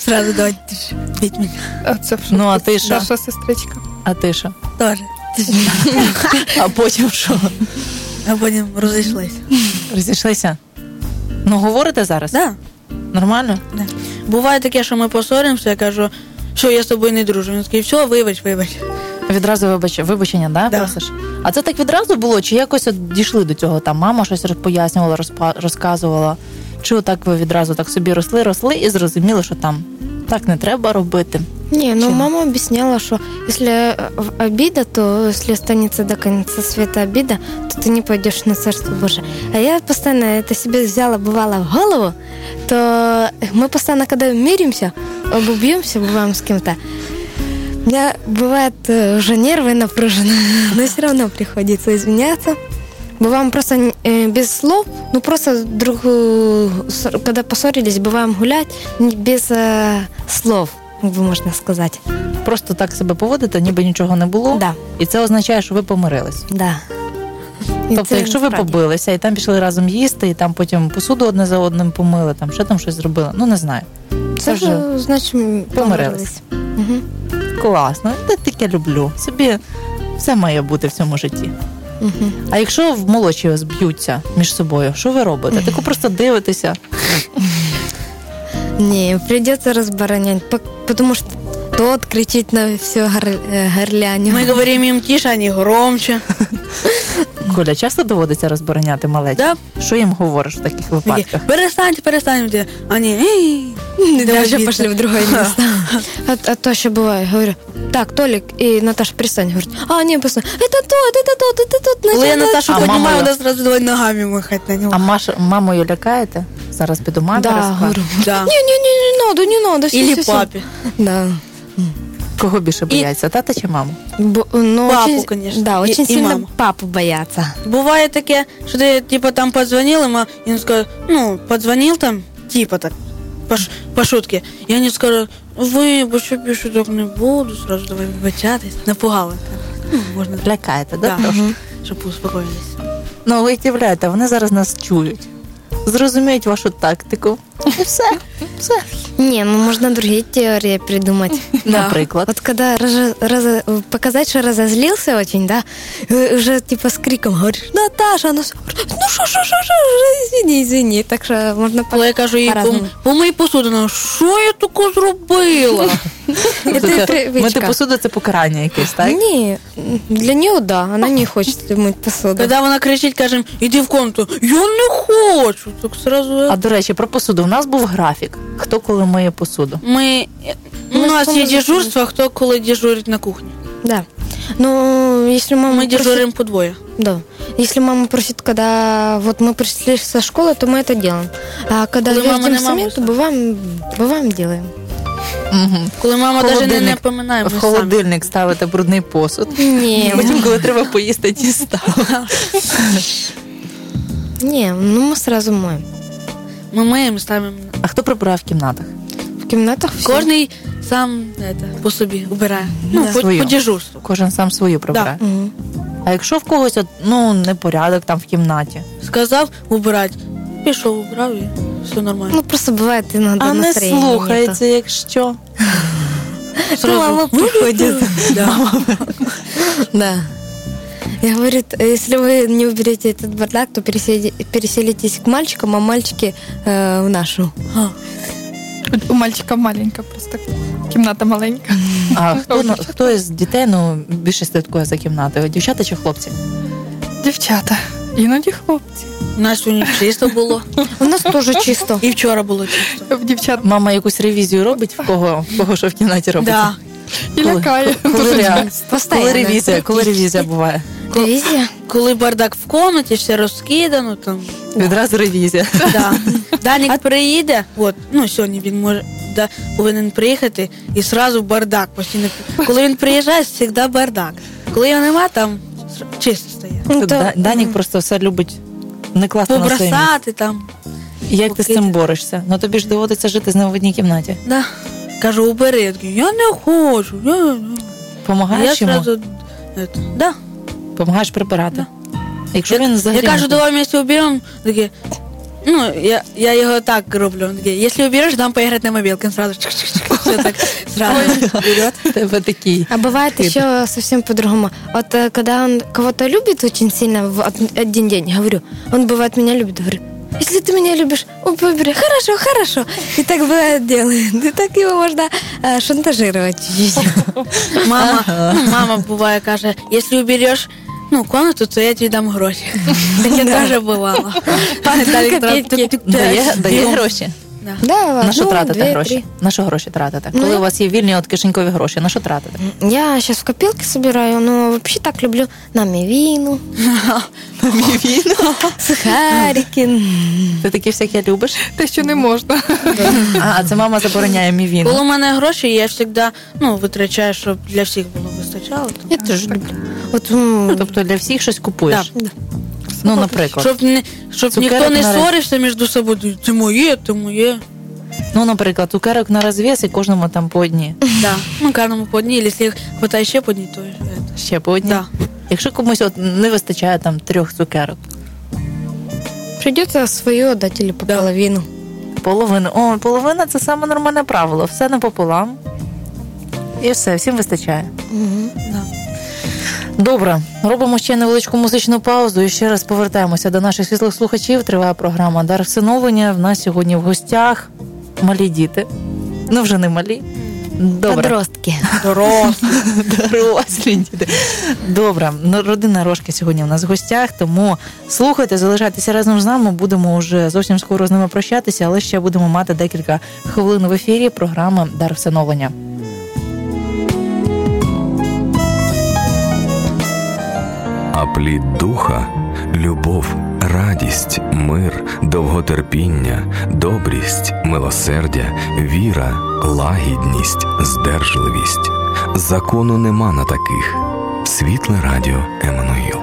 Speaker 2: Сразу давай «дж-дж». бить мене.
Speaker 4: А це в шутку.
Speaker 1: Ну, а ти що?
Speaker 4: Даша сестричка.
Speaker 1: А ти що?
Speaker 2: Тоже. «Дж-дж».
Speaker 1: А потім що?
Speaker 2: А потім розійшлися.
Speaker 1: Розійшлися? Ну, говорите зараз?
Speaker 2: Да.
Speaker 1: Нормально?
Speaker 2: Да. Буває таке, що ми поссоримося, я кажу, що я з тобою не дружу. Він такий, все, вибач, вибач.
Speaker 1: Відразу вибач... вибачення, да,
Speaker 2: Да.
Speaker 1: просиш? А це так відразу було? Чи якось от дійшли до цього? Там мама щось роз- пояснювала, розпа- розказувала. Чи отак ви відразу так собі росли, росли і зрозуміли, що там так не треба робити.
Speaker 3: Не, ну
Speaker 1: Чому?
Speaker 3: мама объясняла, что если э, в- обида, то если останется до конца света обида, то ты не пойдешь на Царство Божие. А я постоянно это себе взяла, бывало, в голову, то мы постоянно, когда миримся, обубьемся, бываем с кем-то, у меня бывает э, уже нервы напряжены, но все равно приходится извиняться. Бываем просто э, без слов, ну просто друг, э, ссор- когда поссорились, бываем гулять н- без э, слов, как бы можно сказать.
Speaker 1: Просто так себе поводите, ніби нічого не було.
Speaker 3: Да,
Speaker 1: І це означає, що ви помирились.
Speaker 3: да. І
Speaker 1: Тобто,
Speaker 3: це
Speaker 1: якщо ви
Speaker 3: насправді.
Speaker 1: побилися і там пішли разом їсти, і там потім посуду одне за одним помили, там ще там щось зробили. Ну не знаю.
Speaker 3: це вже значить м,
Speaker 1: помирились.
Speaker 3: помирились. Мгм.
Speaker 1: Класно, я таке люблю. Собі все має бути в цьому житті. А якщо в молодші зб'ються між собою, що ви робите? Таку просто дивитеся.
Speaker 3: Не, придется разборонять, пок- потому что тот кричит на е, все горляню.
Speaker 2: Мы говорим им тише, они громче.
Speaker 1: Коля, часто доводиться розбороняти малечі?
Speaker 2: Да.
Speaker 1: Що їм говориш в таких
Speaker 2: Такие,
Speaker 1: випадках?
Speaker 2: Перестаньте, перестаньте. Они, «Эй».
Speaker 3: Даже
Speaker 2: обидно.
Speaker 3: пошли в другое место. А, а то еще бывает, говорю, так, Толик и Наташа, перестань. Говорит, а, не, просто, это тот, это тот, это тот.
Speaker 2: Коли я
Speaker 3: начинает».
Speaker 2: Наташу
Speaker 1: А мама
Speaker 2: поднимаю,
Speaker 1: её-
Speaker 2: вона зразу давай ногами махать на
Speaker 1: А
Speaker 2: нього.
Speaker 1: Маша, мамою лякаєте? Зараз піду мамі
Speaker 3: Да,
Speaker 1: розкажу.
Speaker 3: говорю,
Speaker 2: Да.
Speaker 3: не-не-не, не надо, не надо. всё,
Speaker 2: Или
Speaker 3: всё, всё».
Speaker 2: папі.
Speaker 3: Да.
Speaker 1: Кого більше бояться, тата чи маму?
Speaker 3: Бо- но
Speaker 2: Папу,
Speaker 3: очень,
Speaker 2: конечно,
Speaker 3: Да,
Speaker 2: и-
Speaker 3: очень
Speaker 2: и
Speaker 3: сильно
Speaker 2: маму.
Speaker 3: папу боятся.
Speaker 2: Буває таке, що ти типа там подзвонив йому, і він скаже, ну, подзвонив там, типа так, по, ш- по шутки. І вони скажуть, вибач, я що так не буду, зразу давай вибачатись. Напугали. так. Ну, можна так,
Speaker 1: Лякаєте, да?
Speaker 2: Да.
Speaker 1: трошки?
Speaker 2: щоб успокоїлися.
Speaker 1: Ну, ви уявляєте, вони зараз нас чують. Зрозуміють вашу тактику. І все. все.
Speaker 3: Не, ну можно другие теории придумать.
Speaker 1: Наприклад.
Speaker 3: Вот когда разо- разо- показать, что разозлился очень, да, э, уже типа с криком говоришь, Наташа, ну что, ну что, что, что, извини, извини, так что можно по-
Speaker 2: Коли я кажу їй,
Speaker 3: по-разному.
Speaker 2: «Пом- помий посуду, вона, ну, що я таку зробила?
Speaker 3: Это
Speaker 1: Слухай, Мити
Speaker 3: привычка.
Speaker 1: посуду Тобто це покарання якесь, так?
Speaker 3: Не, для нее да, она не хочет мыть посуду.
Speaker 2: Коли вона кричить, кажемо, іди в комнату, я не хочу. Так сразу э,
Speaker 1: А до речі, про посуду. У нас був графік. Хто коли миє посуду?
Speaker 2: ми. У
Speaker 3: Ми
Speaker 2: нас є
Speaker 3: спомогли.
Speaker 2: дежурство, а хто коли дежурить на кухні.
Speaker 3: Да. Ну, если мама
Speaker 2: Ми
Speaker 3: просит-
Speaker 2: дежуримо подвоє.
Speaker 3: Да. Если мама просит, когда вот мы пришли со школы, то мы это делаем. А когда
Speaker 2: Коли мама
Speaker 3: вернемся
Speaker 2: нема,
Speaker 3: сами,
Speaker 2: ми
Speaker 3: то бываем, бываем делаем.
Speaker 1: Угу.
Speaker 2: Коли мама навіть не
Speaker 1: Холодильник.
Speaker 2: напоминає, ми
Speaker 1: В
Speaker 2: самі.
Speaker 1: холодильник ставити брудний посуд.
Speaker 3: Не,
Speaker 1: Потім, коли треба поїсти, дістав.
Speaker 3: не, ну мы сразу моем.
Speaker 2: Ми миємо, ставимо.
Speaker 1: А хто прибирає в кімнатах?
Speaker 3: В комнатах все.
Speaker 2: Кожний сам это, по собі убирає. Ну,
Speaker 1: Да.
Speaker 2: по,
Speaker 1: Свою.
Speaker 2: по дежурству.
Speaker 1: Кожен сам свою прибирає. А якщо в когось от, ну, непорядок там в кімнаті?
Speaker 2: Сказав убирать. Пішов, убрав і все нормально.
Speaker 3: Ну, просто бывает иногда
Speaker 1: а не
Speaker 3: настроение не то.
Speaker 1: слухається, якщо. Ну,
Speaker 2: Сразу.
Speaker 3: мама приходит.
Speaker 2: Да.
Speaker 3: Да. Я говорю, «Т- если вы не уберете этот бардак, то переседи- переселитесь к мальчикам, а мальчики э, в нашу.
Speaker 2: А,
Speaker 4: У мальчика маленька, просто кімната маленька.
Speaker 1: А хто, ну, хто із дітей ну, більше слідкує за кімнатою? Дівчата чи хлопці?
Speaker 4: Дівчата, іноді хлопці.
Speaker 2: У нас сьогодні чисто було.
Speaker 3: У нас тоже чисто.
Speaker 2: І вчора було чисто.
Speaker 4: В дівчат
Speaker 1: Мама якусь ревізію робить в кого, в кого що в кімнаті робиться?
Speaker 2: Да.
Speaker 4: і
Speaker 1: Коли-
Speaker 4: лякає.
Speaker 1: Коли, ре- коли
Speaker 3: Постоянно.
Speaker 1: ревізія, коли ревізія буває?
Speaker 3: Ревизия?
Speaker 2: Коли бардак в комнаті, все розкидано там.
Speaker 1: Відразу ревізія.
Speaker 2: Да. Данік приїде, от, ну сьогодні він може да, повинен приїхати і сразу бардак постійно. Коли він приїжджає, завжди бардак. Коли його нема, там сра- чисто стає.
Speaker 3: Ну,
Speaker 1: Тут
Speaker 3: то-
Speaker 1: Да- Данік просто все любить не класти
Speaker 2: Ну,
Speaker 1: на своє місце.
Speaker 2: Побросати там.
Speaker 1: І Як ти з цим
Speaker 2: покидати.
Speaker 1: борешся? Ну тобі ж доводиться жити з ним в одній кімнаті.
Speaker 2: Да. Кажу, убери. Я, такий, я не хочу. Я, я, я. я
Speaker 1: Помагаєш йому?
Speaker 2: сразу, это, да.
Speaker 1: Помагаєш прибирати. Якщо
Speaker 2: Я,
Speaker 1: він взагалі.
Speaker 2: я кажу,
Speaker 1: не-
Speaker 2: давай вместе уберемо. Такі, ну, я, я його так роблю. Він такий, якщо убереш, дам поіграти на мобілки. Він сразу чик-чик-чик. Все так, сразу.
Speaker 1: в тебе такий.
Speaker 3: А бывает еще совсем по-другому. Вот э, когда он кого-то любит очень сильно в од- один день, говорю, он бывает меня любит, говорю, если ты меня любишь, ой, выбери, хорошо, хорошо. И так бывает делает. И так его можно э, шантажировать чуть-чуть.
Speaker 2: Мама, ну, мама буває каже, якщо убереш ну, комнату, то я тобі дам гроші. Таке теж бувало. Далі
Speaker 3: Копійки.
Speaker 2: тра-
Speaker 1: Ну, Дає,
Speaker 2: тра-
Speaker 1: дає
Speaker 2: тра-
Speaker 1: гроші.
Speaker 3: Да,
Speaker 1: На що
Speaker 3: одну,
Speaker 1: тратите
Speaker 3: две,
Speaker 1: гроші? На що гроші тратите?
Speaker 3: Ну,
Speaker 1: Коли
Speaker 3: я-
Speaker 1: у вас є вільні от кишенькові гроші, на що тратите?
Speaker 3: три. Я сейчас в копилке собираю, но вообще так люблю намивину, сухарики.
Speaker 1: Ти такі всякі любиш?
Speaker 4: Те, що не можна.
Speaker 1: А, а це мама забороняє мій
Speaker 2: Коли
Speaker 1: війну.
Speaker 2: у мене гроші, я завжди ну, витрачаю, щоб для всіх було вистачало. там.
Speaker 3: Я тоже люблю. Вот, м,
Speaker 1: Тобто для всіх щось купуєш.
Speaker 3: Да.
Speaker 1: Ну, наприклад.
Speaker 2: Щоб, не, щоб
Speaker 1: Цукерок
Speaker 2: ніхто не
Speaker 1: на рис.
Speaker 2: ссорився між собою, ти моє, ти моє.
Speaker 1: Ну, наприклад, цукерок на розв'яз і кожному там по одній.
Speaker 2: Да. Ну, кожному по одній, якщо їх хватає ще по одній, то е,
Speaker 1: Ще по одній.
Speaker 2: да.
Speaker 1: Якщо комусь от не вистачає там трьох цукерок,
Speaker 3: Придется свою отдать или по
Speaker 2: Да.
Speaker 3: половину.
Speaker 1: половину. О, половина це саме нормальне правило. Все напополам. І все, всім вистачає.
Speaker 3: Мгм.
Speaker 2: Да.
Speaker 1: Добре, робимо ще невеличку музичну паузу і ще раз повертаємося до наших світлих слухачів. Триває програма Дар всиновлення. В нас сьогодні в гостях малі діти. Ну вже не малі. Добре.
Speaker 9: Подростки.
Speaker 2: Дорослі.
Speaker 1: Дорослі діти. Добре, ну, родина Рожки сьогодні у нас в гостях, тому слухайте, залишайтеся разом з нами. Будемо вже зовсім скоро з ними прощатися, але ще будемо мати декілька хвилин в ефірі програми Дар всиновлення.
Speaker 5: А плід духа любов, радість, мир, довготерпіння, добрість, милосердя, віра, лагідність, здержливість. Закону нема на таких. Світле радіо Еммануїл.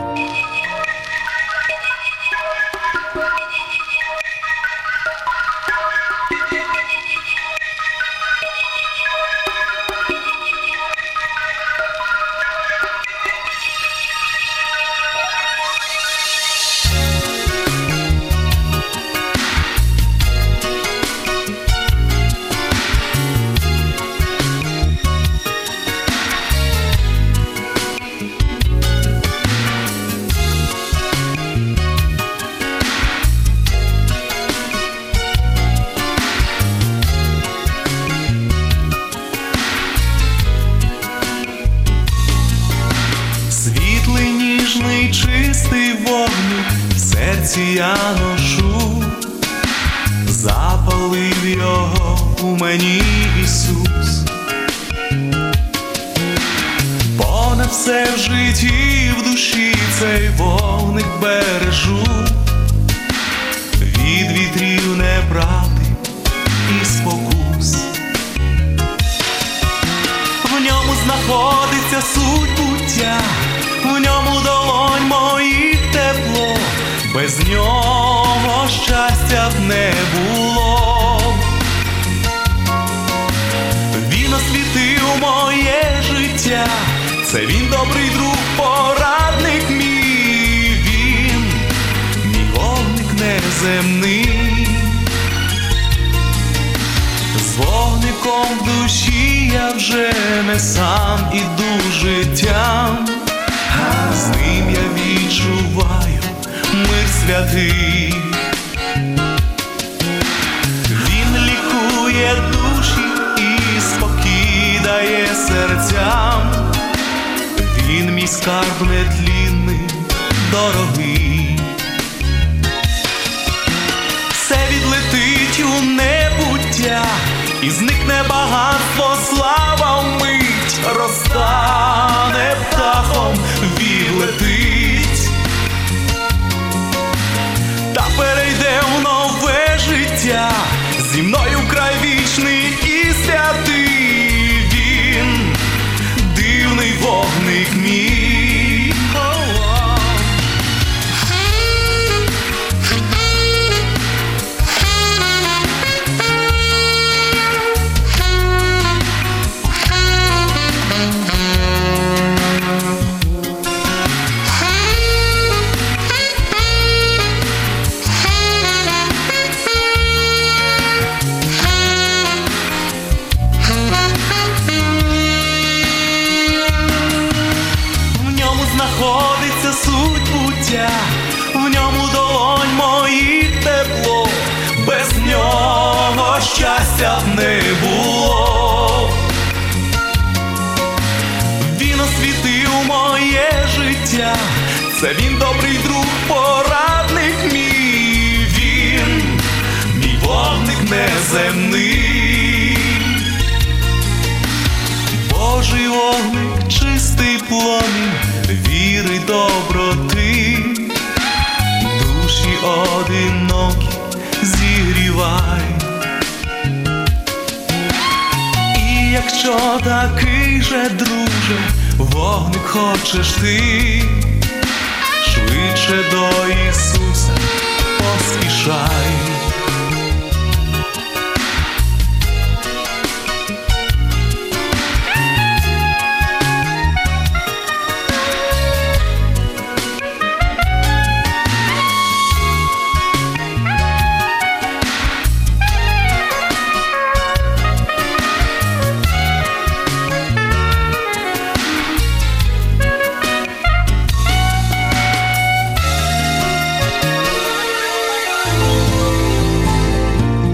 Speaker 8: Світлий, ніжний, чистий вогник в серці я ношу, запалив його у мені Ісус. Понад все в житті і в душі цей вогник бережу, від вітрів не брати і спокус. В ньому знаходиться суть буття, в ньому долонь моїх тепло, без нього щастя б не було. Він освітив моє життя, це він добрий друг, порадник мій, він, мій вогник неземний. З вогником в душі я вже не сам іду життям, з ним я відчуваю мир святий. Він лікує душі і спокій дає серцям, він мій скарб нетлінний, дорогий. Все відлетить у небуття, і зникне багатство, слава вмить, розтане птахом, відлетить, та перейде в нове життя, зі мною край вічний і святий він, дивний вогник мій. О-о. В ньому знаходиться суть буття, в ньому долонь моїх тепло, без нього щастя б не було. Він освітив моє життя, це він добрий друг, порадник мій, він, мій вогник неземний. Божий вогник, чистий пломінь віри доброти, душі одинокі зігрівай. І якщо такий же друже, вогник хочеш ти, швидше до Ісуса поспішай.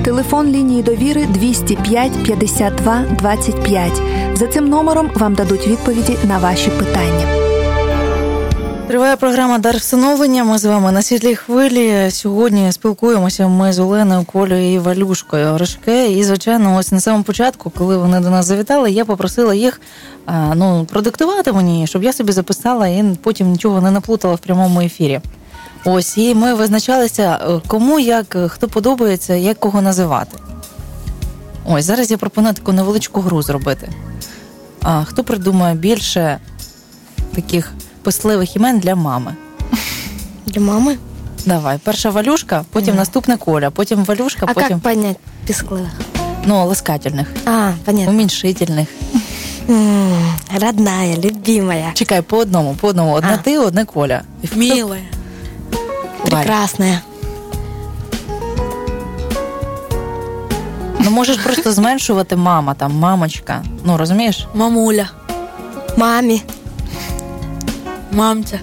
Speaker 7: телефон лінії довіри 205 52 25. За цим номером вам дадуть відповіді на ваші питання.
Speaker 1: Триває програма Дар всиновлення. Ми з вами на світлій хвилі. Сьогодні спілкуємося ми з Оленою, Колею і Валюшкою Гришке. І звичайно, ось на самому початку, коли вони до нас завітали, я попросила їх а, ну продиктувати мені, щоб я собі записала і потім нічого не наплутала в прямому ефірі. Ось і ми визначалися, е, кому як е, хто подобається, як кого називати. Ось зараз я пропоную таку невеличку гру зробити. А хто придумає більше таких писливих імен для мами?
Speaker 3: Для мамы?
Speaker 1: Давай, перша валюшка, потім наступне коля, потім валюшка,
Speaker 3: А
Speaker 1: потім
Speaker 3: как понять песклых?
Speaker 1: ну ласкательних,
Speaker 3: А, понятно.
Speaker 1: уменьшительних.
Speaker 3: М, Родная, любимая,
Speaker 1: Чекай по одному, по одному. Одна
Speaker 3: А.
Speaker 1: ти, одне коля. І хто-
Speaker 2: Милая.
Speaker 1: Валь.
Speaker 3: прекрасная.
Speaker 1: Ну можеш просто зменшувати мама, там мамочка. Ну розумієш?
Speaker 2: Мамуля.
Speaker 3: Маме,
Speaker 2: Мамтя.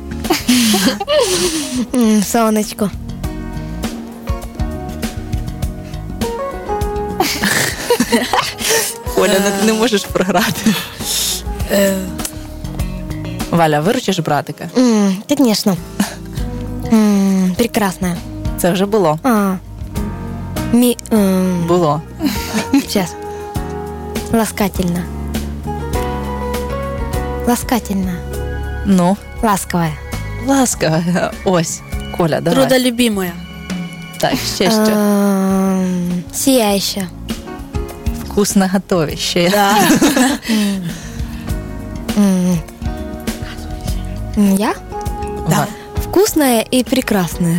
Speaker 3: м, солнышку.
Speaker 1: Коля, ну ти не можеш програти.
Speaker 2: Э,
Speaker 1: Е, Валя, виручиш братика.
Speaker 3: М, Конечно. М, Прекрасная.
Speaker 1: Це вже було.
Speaker 3: А. Ми... м,
Speaker 1: Було.
Speaker 3: Сейчас. Ласкательно. Ласкательно.
Speaker 1: Ну,
Speaker 3: Ласковая.
Speaker 1: ласка, ось. Коля, давай.
Speaker 2: трудолюбимая.
Speaker 1: Так, ще ще.
Speaker 3: Эм, Сияющая.
Speaker 1: Вкусно готові. Ще.
Speaker 2: Да.
Speaker 3: М. М, Я?
Speaker 1: Да.
Speaker 3: Вкусная и прекрасная.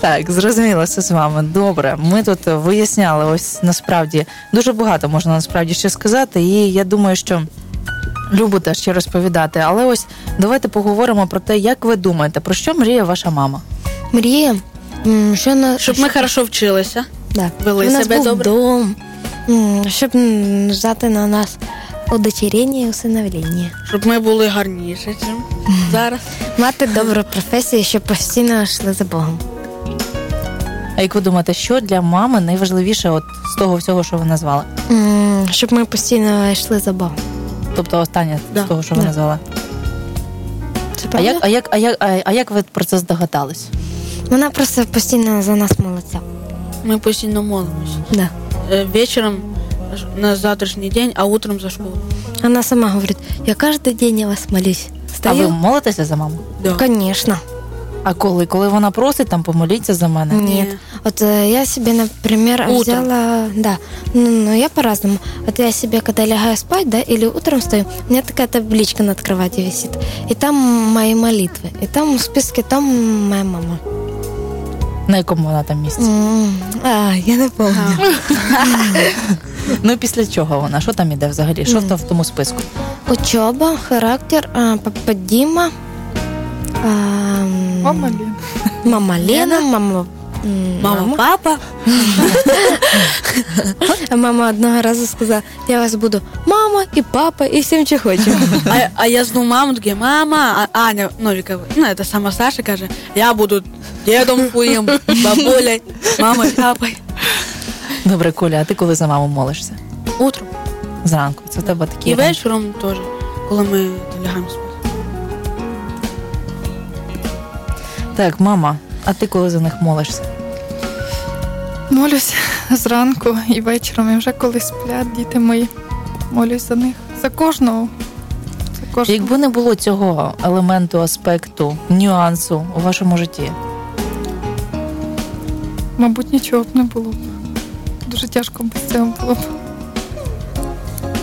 Speaker 1: Так, зрозуміло все з вами. Добре, ми тут виясняли. Ось насправді дуже багато можна насправді ще сказати. І я думаю, що любите ще розповідати. Але ось давайте поговоримо про те, як ви думаєте, про що мріє ваша мама?
Speaker 3: Мрія, м, що на
Speaker 2: Щоб ми хорошо вчилися.
Speaker 3: да.
Speaker 2: вели
Speaker 3: У нас
Speaker 2: себе
Speaker 3: був
Speaker 2: добре.
Speaker 3: дом, м, щоб м, ждати на нас удочерення і усиновлення.
Speaker 2: Щоб ми були гарніші, ніж зараз.
Speaker 3: Мати добру професію, щоб постійно йшли за Богом.
Speaker 1: А як ви думаєте, що для мами найважливіше от з того всього, що ви назвали?
Speaker 3: М, Щоб ми постійно йшли за Богом.
Speaker 1: Тобто останнє
Speaker 2: Да.
Speaker 1: з того, що ви
Speaker 3: Да.
Speaker 1: назвали?
Speaker 3: Це
Speaker 1: А
Speaker 3: правда?
Speaker 1: як, а, як, а, як, а, а як ви про це здогадались?
Speaker 3: Вона просто постійно за нас молиться.
Speaker 2: Ми постійно молимося.
Speaker 3: Да.
Speaker 2: Э, Вечером на завтрашний день, а утром за школу.
Speaker 3: Вона сама говорить, я кожен день я вас молюсь.
Speaker 1: А ви
Speaker 3: Стою?
Speaker 1: молитеся за маму?
Speaker 2: Да.
Speaker 3: Конечно.
Speaker 1: А коли? Коли вона просить, там помоліться за мене.
Speaker 3: Нет. Вот э, я себе, например,
Speaker 2: Утром.
Speaker 3: взяла, да, ну, ну, я по-разному. Вот я себе, когда лягаю спать, да, или утром встаю, у меня такая табличка над кроватью висит, и там мои молитвы, и там в списке там моя мама.
Speaker 1: На якому вона там місці?
Speaker 3: М, А, я не помню.
Speaker 1: Ну і після чого вона? Що там іде взагалі? Що там в тому списку?
Speaker 3: Учеба, характер, а, папа Дима, а, м,
Speaker 4: Мама Ліна.
Speaker 3: мама Лена, мама. м,
Speaker 2: Мама, папа.
Speaker 3: А мама одного разу сказала, я вас буду мама і папа, і всім, що хочу.
Speaker 2: А, а я зну маму, таке, мама, а Аня Новікова, ну, це сама Саша каже, я буду дідом твоїм, бабулею, мамою, папою.
Speaker 1: Добре, Коля, а ти коли за маму молишся?
Speaker 2: Утром.
Speaker 1: Зранку. Це в тебе такі.
Speaker 2: І вечором теж, коли ми лягаємо спати.
Speaker 1: Так, мама, а ти коли за них молишся?
Speaker 4: Молюсь зранку і вечором, і вже коли сплять діти мої. Молюсь за них. За кожного. За кожного.
Speaker 1: Якби не було цього елементу, аспекту, нюансу у вашому житті,
Speaker 4: Мабуть, нічого б не було. б. Дуже тяжко без цього було б.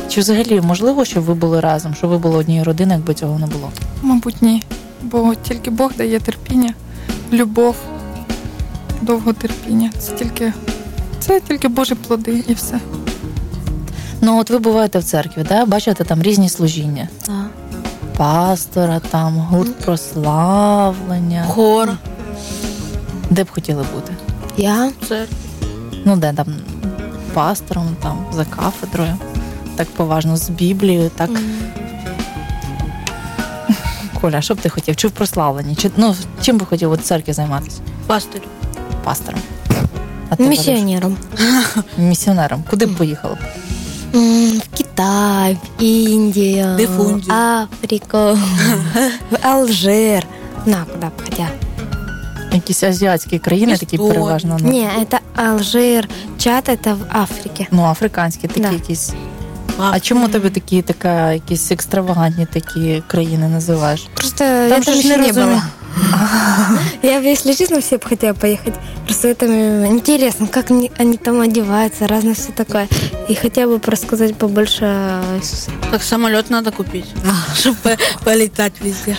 Speaker 1: чи взагалі можливо, щоб ви були разом, щоб ви були однією родиною, якби цього не було?
Speaker 4: Мабуть, ні. Бо тільки Бог дає терпіння, любов, довготерпіння. Це тільки, це тільки Божі плоди і все.
Speaker 1: Ну, от ви буваєте в церкві, да? бачите там різні служіння.
Speaker 3: Так.
Speaker 1: Пастора, там, гурт прославлення.
Speaker 2: Хор,
Speaker 1: Де б хотіли бути?
Speaker 3: Я
Speaker 2: церква.
Speaker 1: ну де там пастором, там за кафедрою, так поважно з Біблією, так. Коля, що б ти хотів? Чи в прославленні? Чи ну чим би хотів от в церкві займатися?
Speaker 2: пастир.
Speaker 1: Пастором. А ти, Валюш,
Speaker 3: Миссионером.
Speaker 1: місіонером. Куди б поїхала? б?
Speaker 3: М, В Китай, в Индию,
Speaker 2: Де в Индію?
Speaker 3: Африку, в Алжир. На, куда бы хотя.
Speaker 1: Якісь азіатські країни, такі
Speaker 2: Естонія.
Speaker 1: переважно. ну,
Speaker 3: Не, это Алжир, Чад это в Африке.
Speaker 1: Ну, африканські такі
Speaker 3: Да.
Speaker 1: якісь. А чому тебе такі така, якісь екстравагантні такі країни називаєш?
Speaker 3: Просто
Speaker 1: Там
Speaker 3: это
Speaker 1: же ж не
Speaker 3: не
Speaker 1: разумно.
Speaker 3: было. Я, бы, если честно, все бы хотела поехать. Просто это м, интересно, как они, они там одеваются, разное все такое. И хотя бы рассказать побольше о Иисусе.
Speaker 2: Так самолет надо купить, чтобы полетать везде.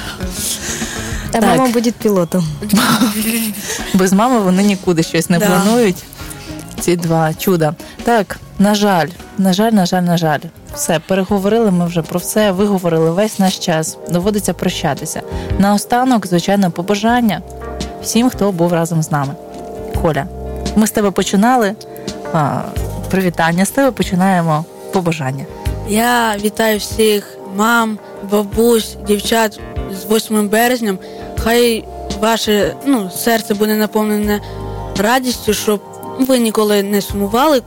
Speaker 3: А мама будет пилотом.
Speaker 1: Без мами вони нікуди щось не
Speaker 2: Да.
Speaker 1: планують. Ці два чуда. Так, на жаль, на жаль, на жаль, на жаль. Все, переговорили ми вже про все, виговорили весь наш час. Доводиться прощатися. Наостанок, звичайно, побажання всім, хто був разом з нами. Коля, ми з тебе починали. А, привітання з тебе починаємо побажання.
Speaker 2: Я вітаю всіх мам, бабусь, дівчат з 8 березням. Хай ваше ну, серце буде наповнене радістю, щоб ви ніколи не сумували,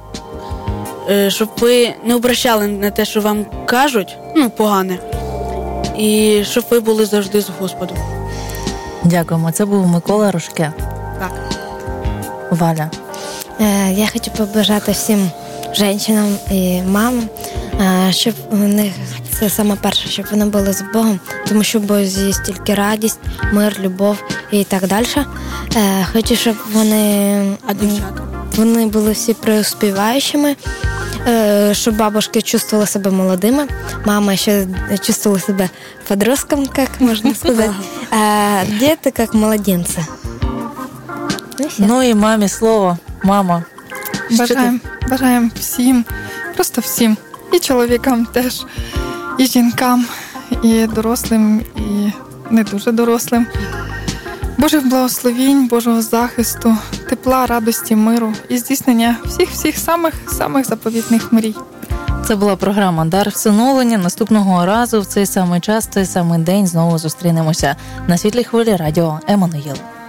Speaker 2: е, щоб ви не обращали на те, що вам кажуть, ну, погане. І щоб ви були завжди з Господом.
Speaker 1: Дякуємо. Це був Микола Рожке.
Speaker 2: Так.
Speaker 1: Валя.
Speaker 3: Е, Я хочу побажати всім жінкам і мамам, е, щоб у них це саме перше, щоб вони були з Богом, тому що в Бозі є тільки радість, мир, любов і так далі. Е, Хочу, щоб вони,
Speaker 2: А дівчата?
Speaker 3: вони були всі преуспіваючими, е, щоб бабушки чувствували себе молодими, мама ще чувствувала себе подростком, як можна сказати, а діти як младенці. Ну, і все.
Speaker 1: Ну і мамі слово. Мама. що ти?
Speaker 4: Бажаємо, бажаємо всім, просто всім, і чоловікам теж, і жінкам, і дорослим, і не дуже дорослим. Божих благословінь, Божого захисту, тепла, радості, миру і здійснення всіх всіх самих самих заповітних мрій.
Speaker 1: Це була програма Дар всиновлення. Наступного разу в цей самий час, в цей самий день знову зустрінемося на світлій хвилі радіо Еммануїл.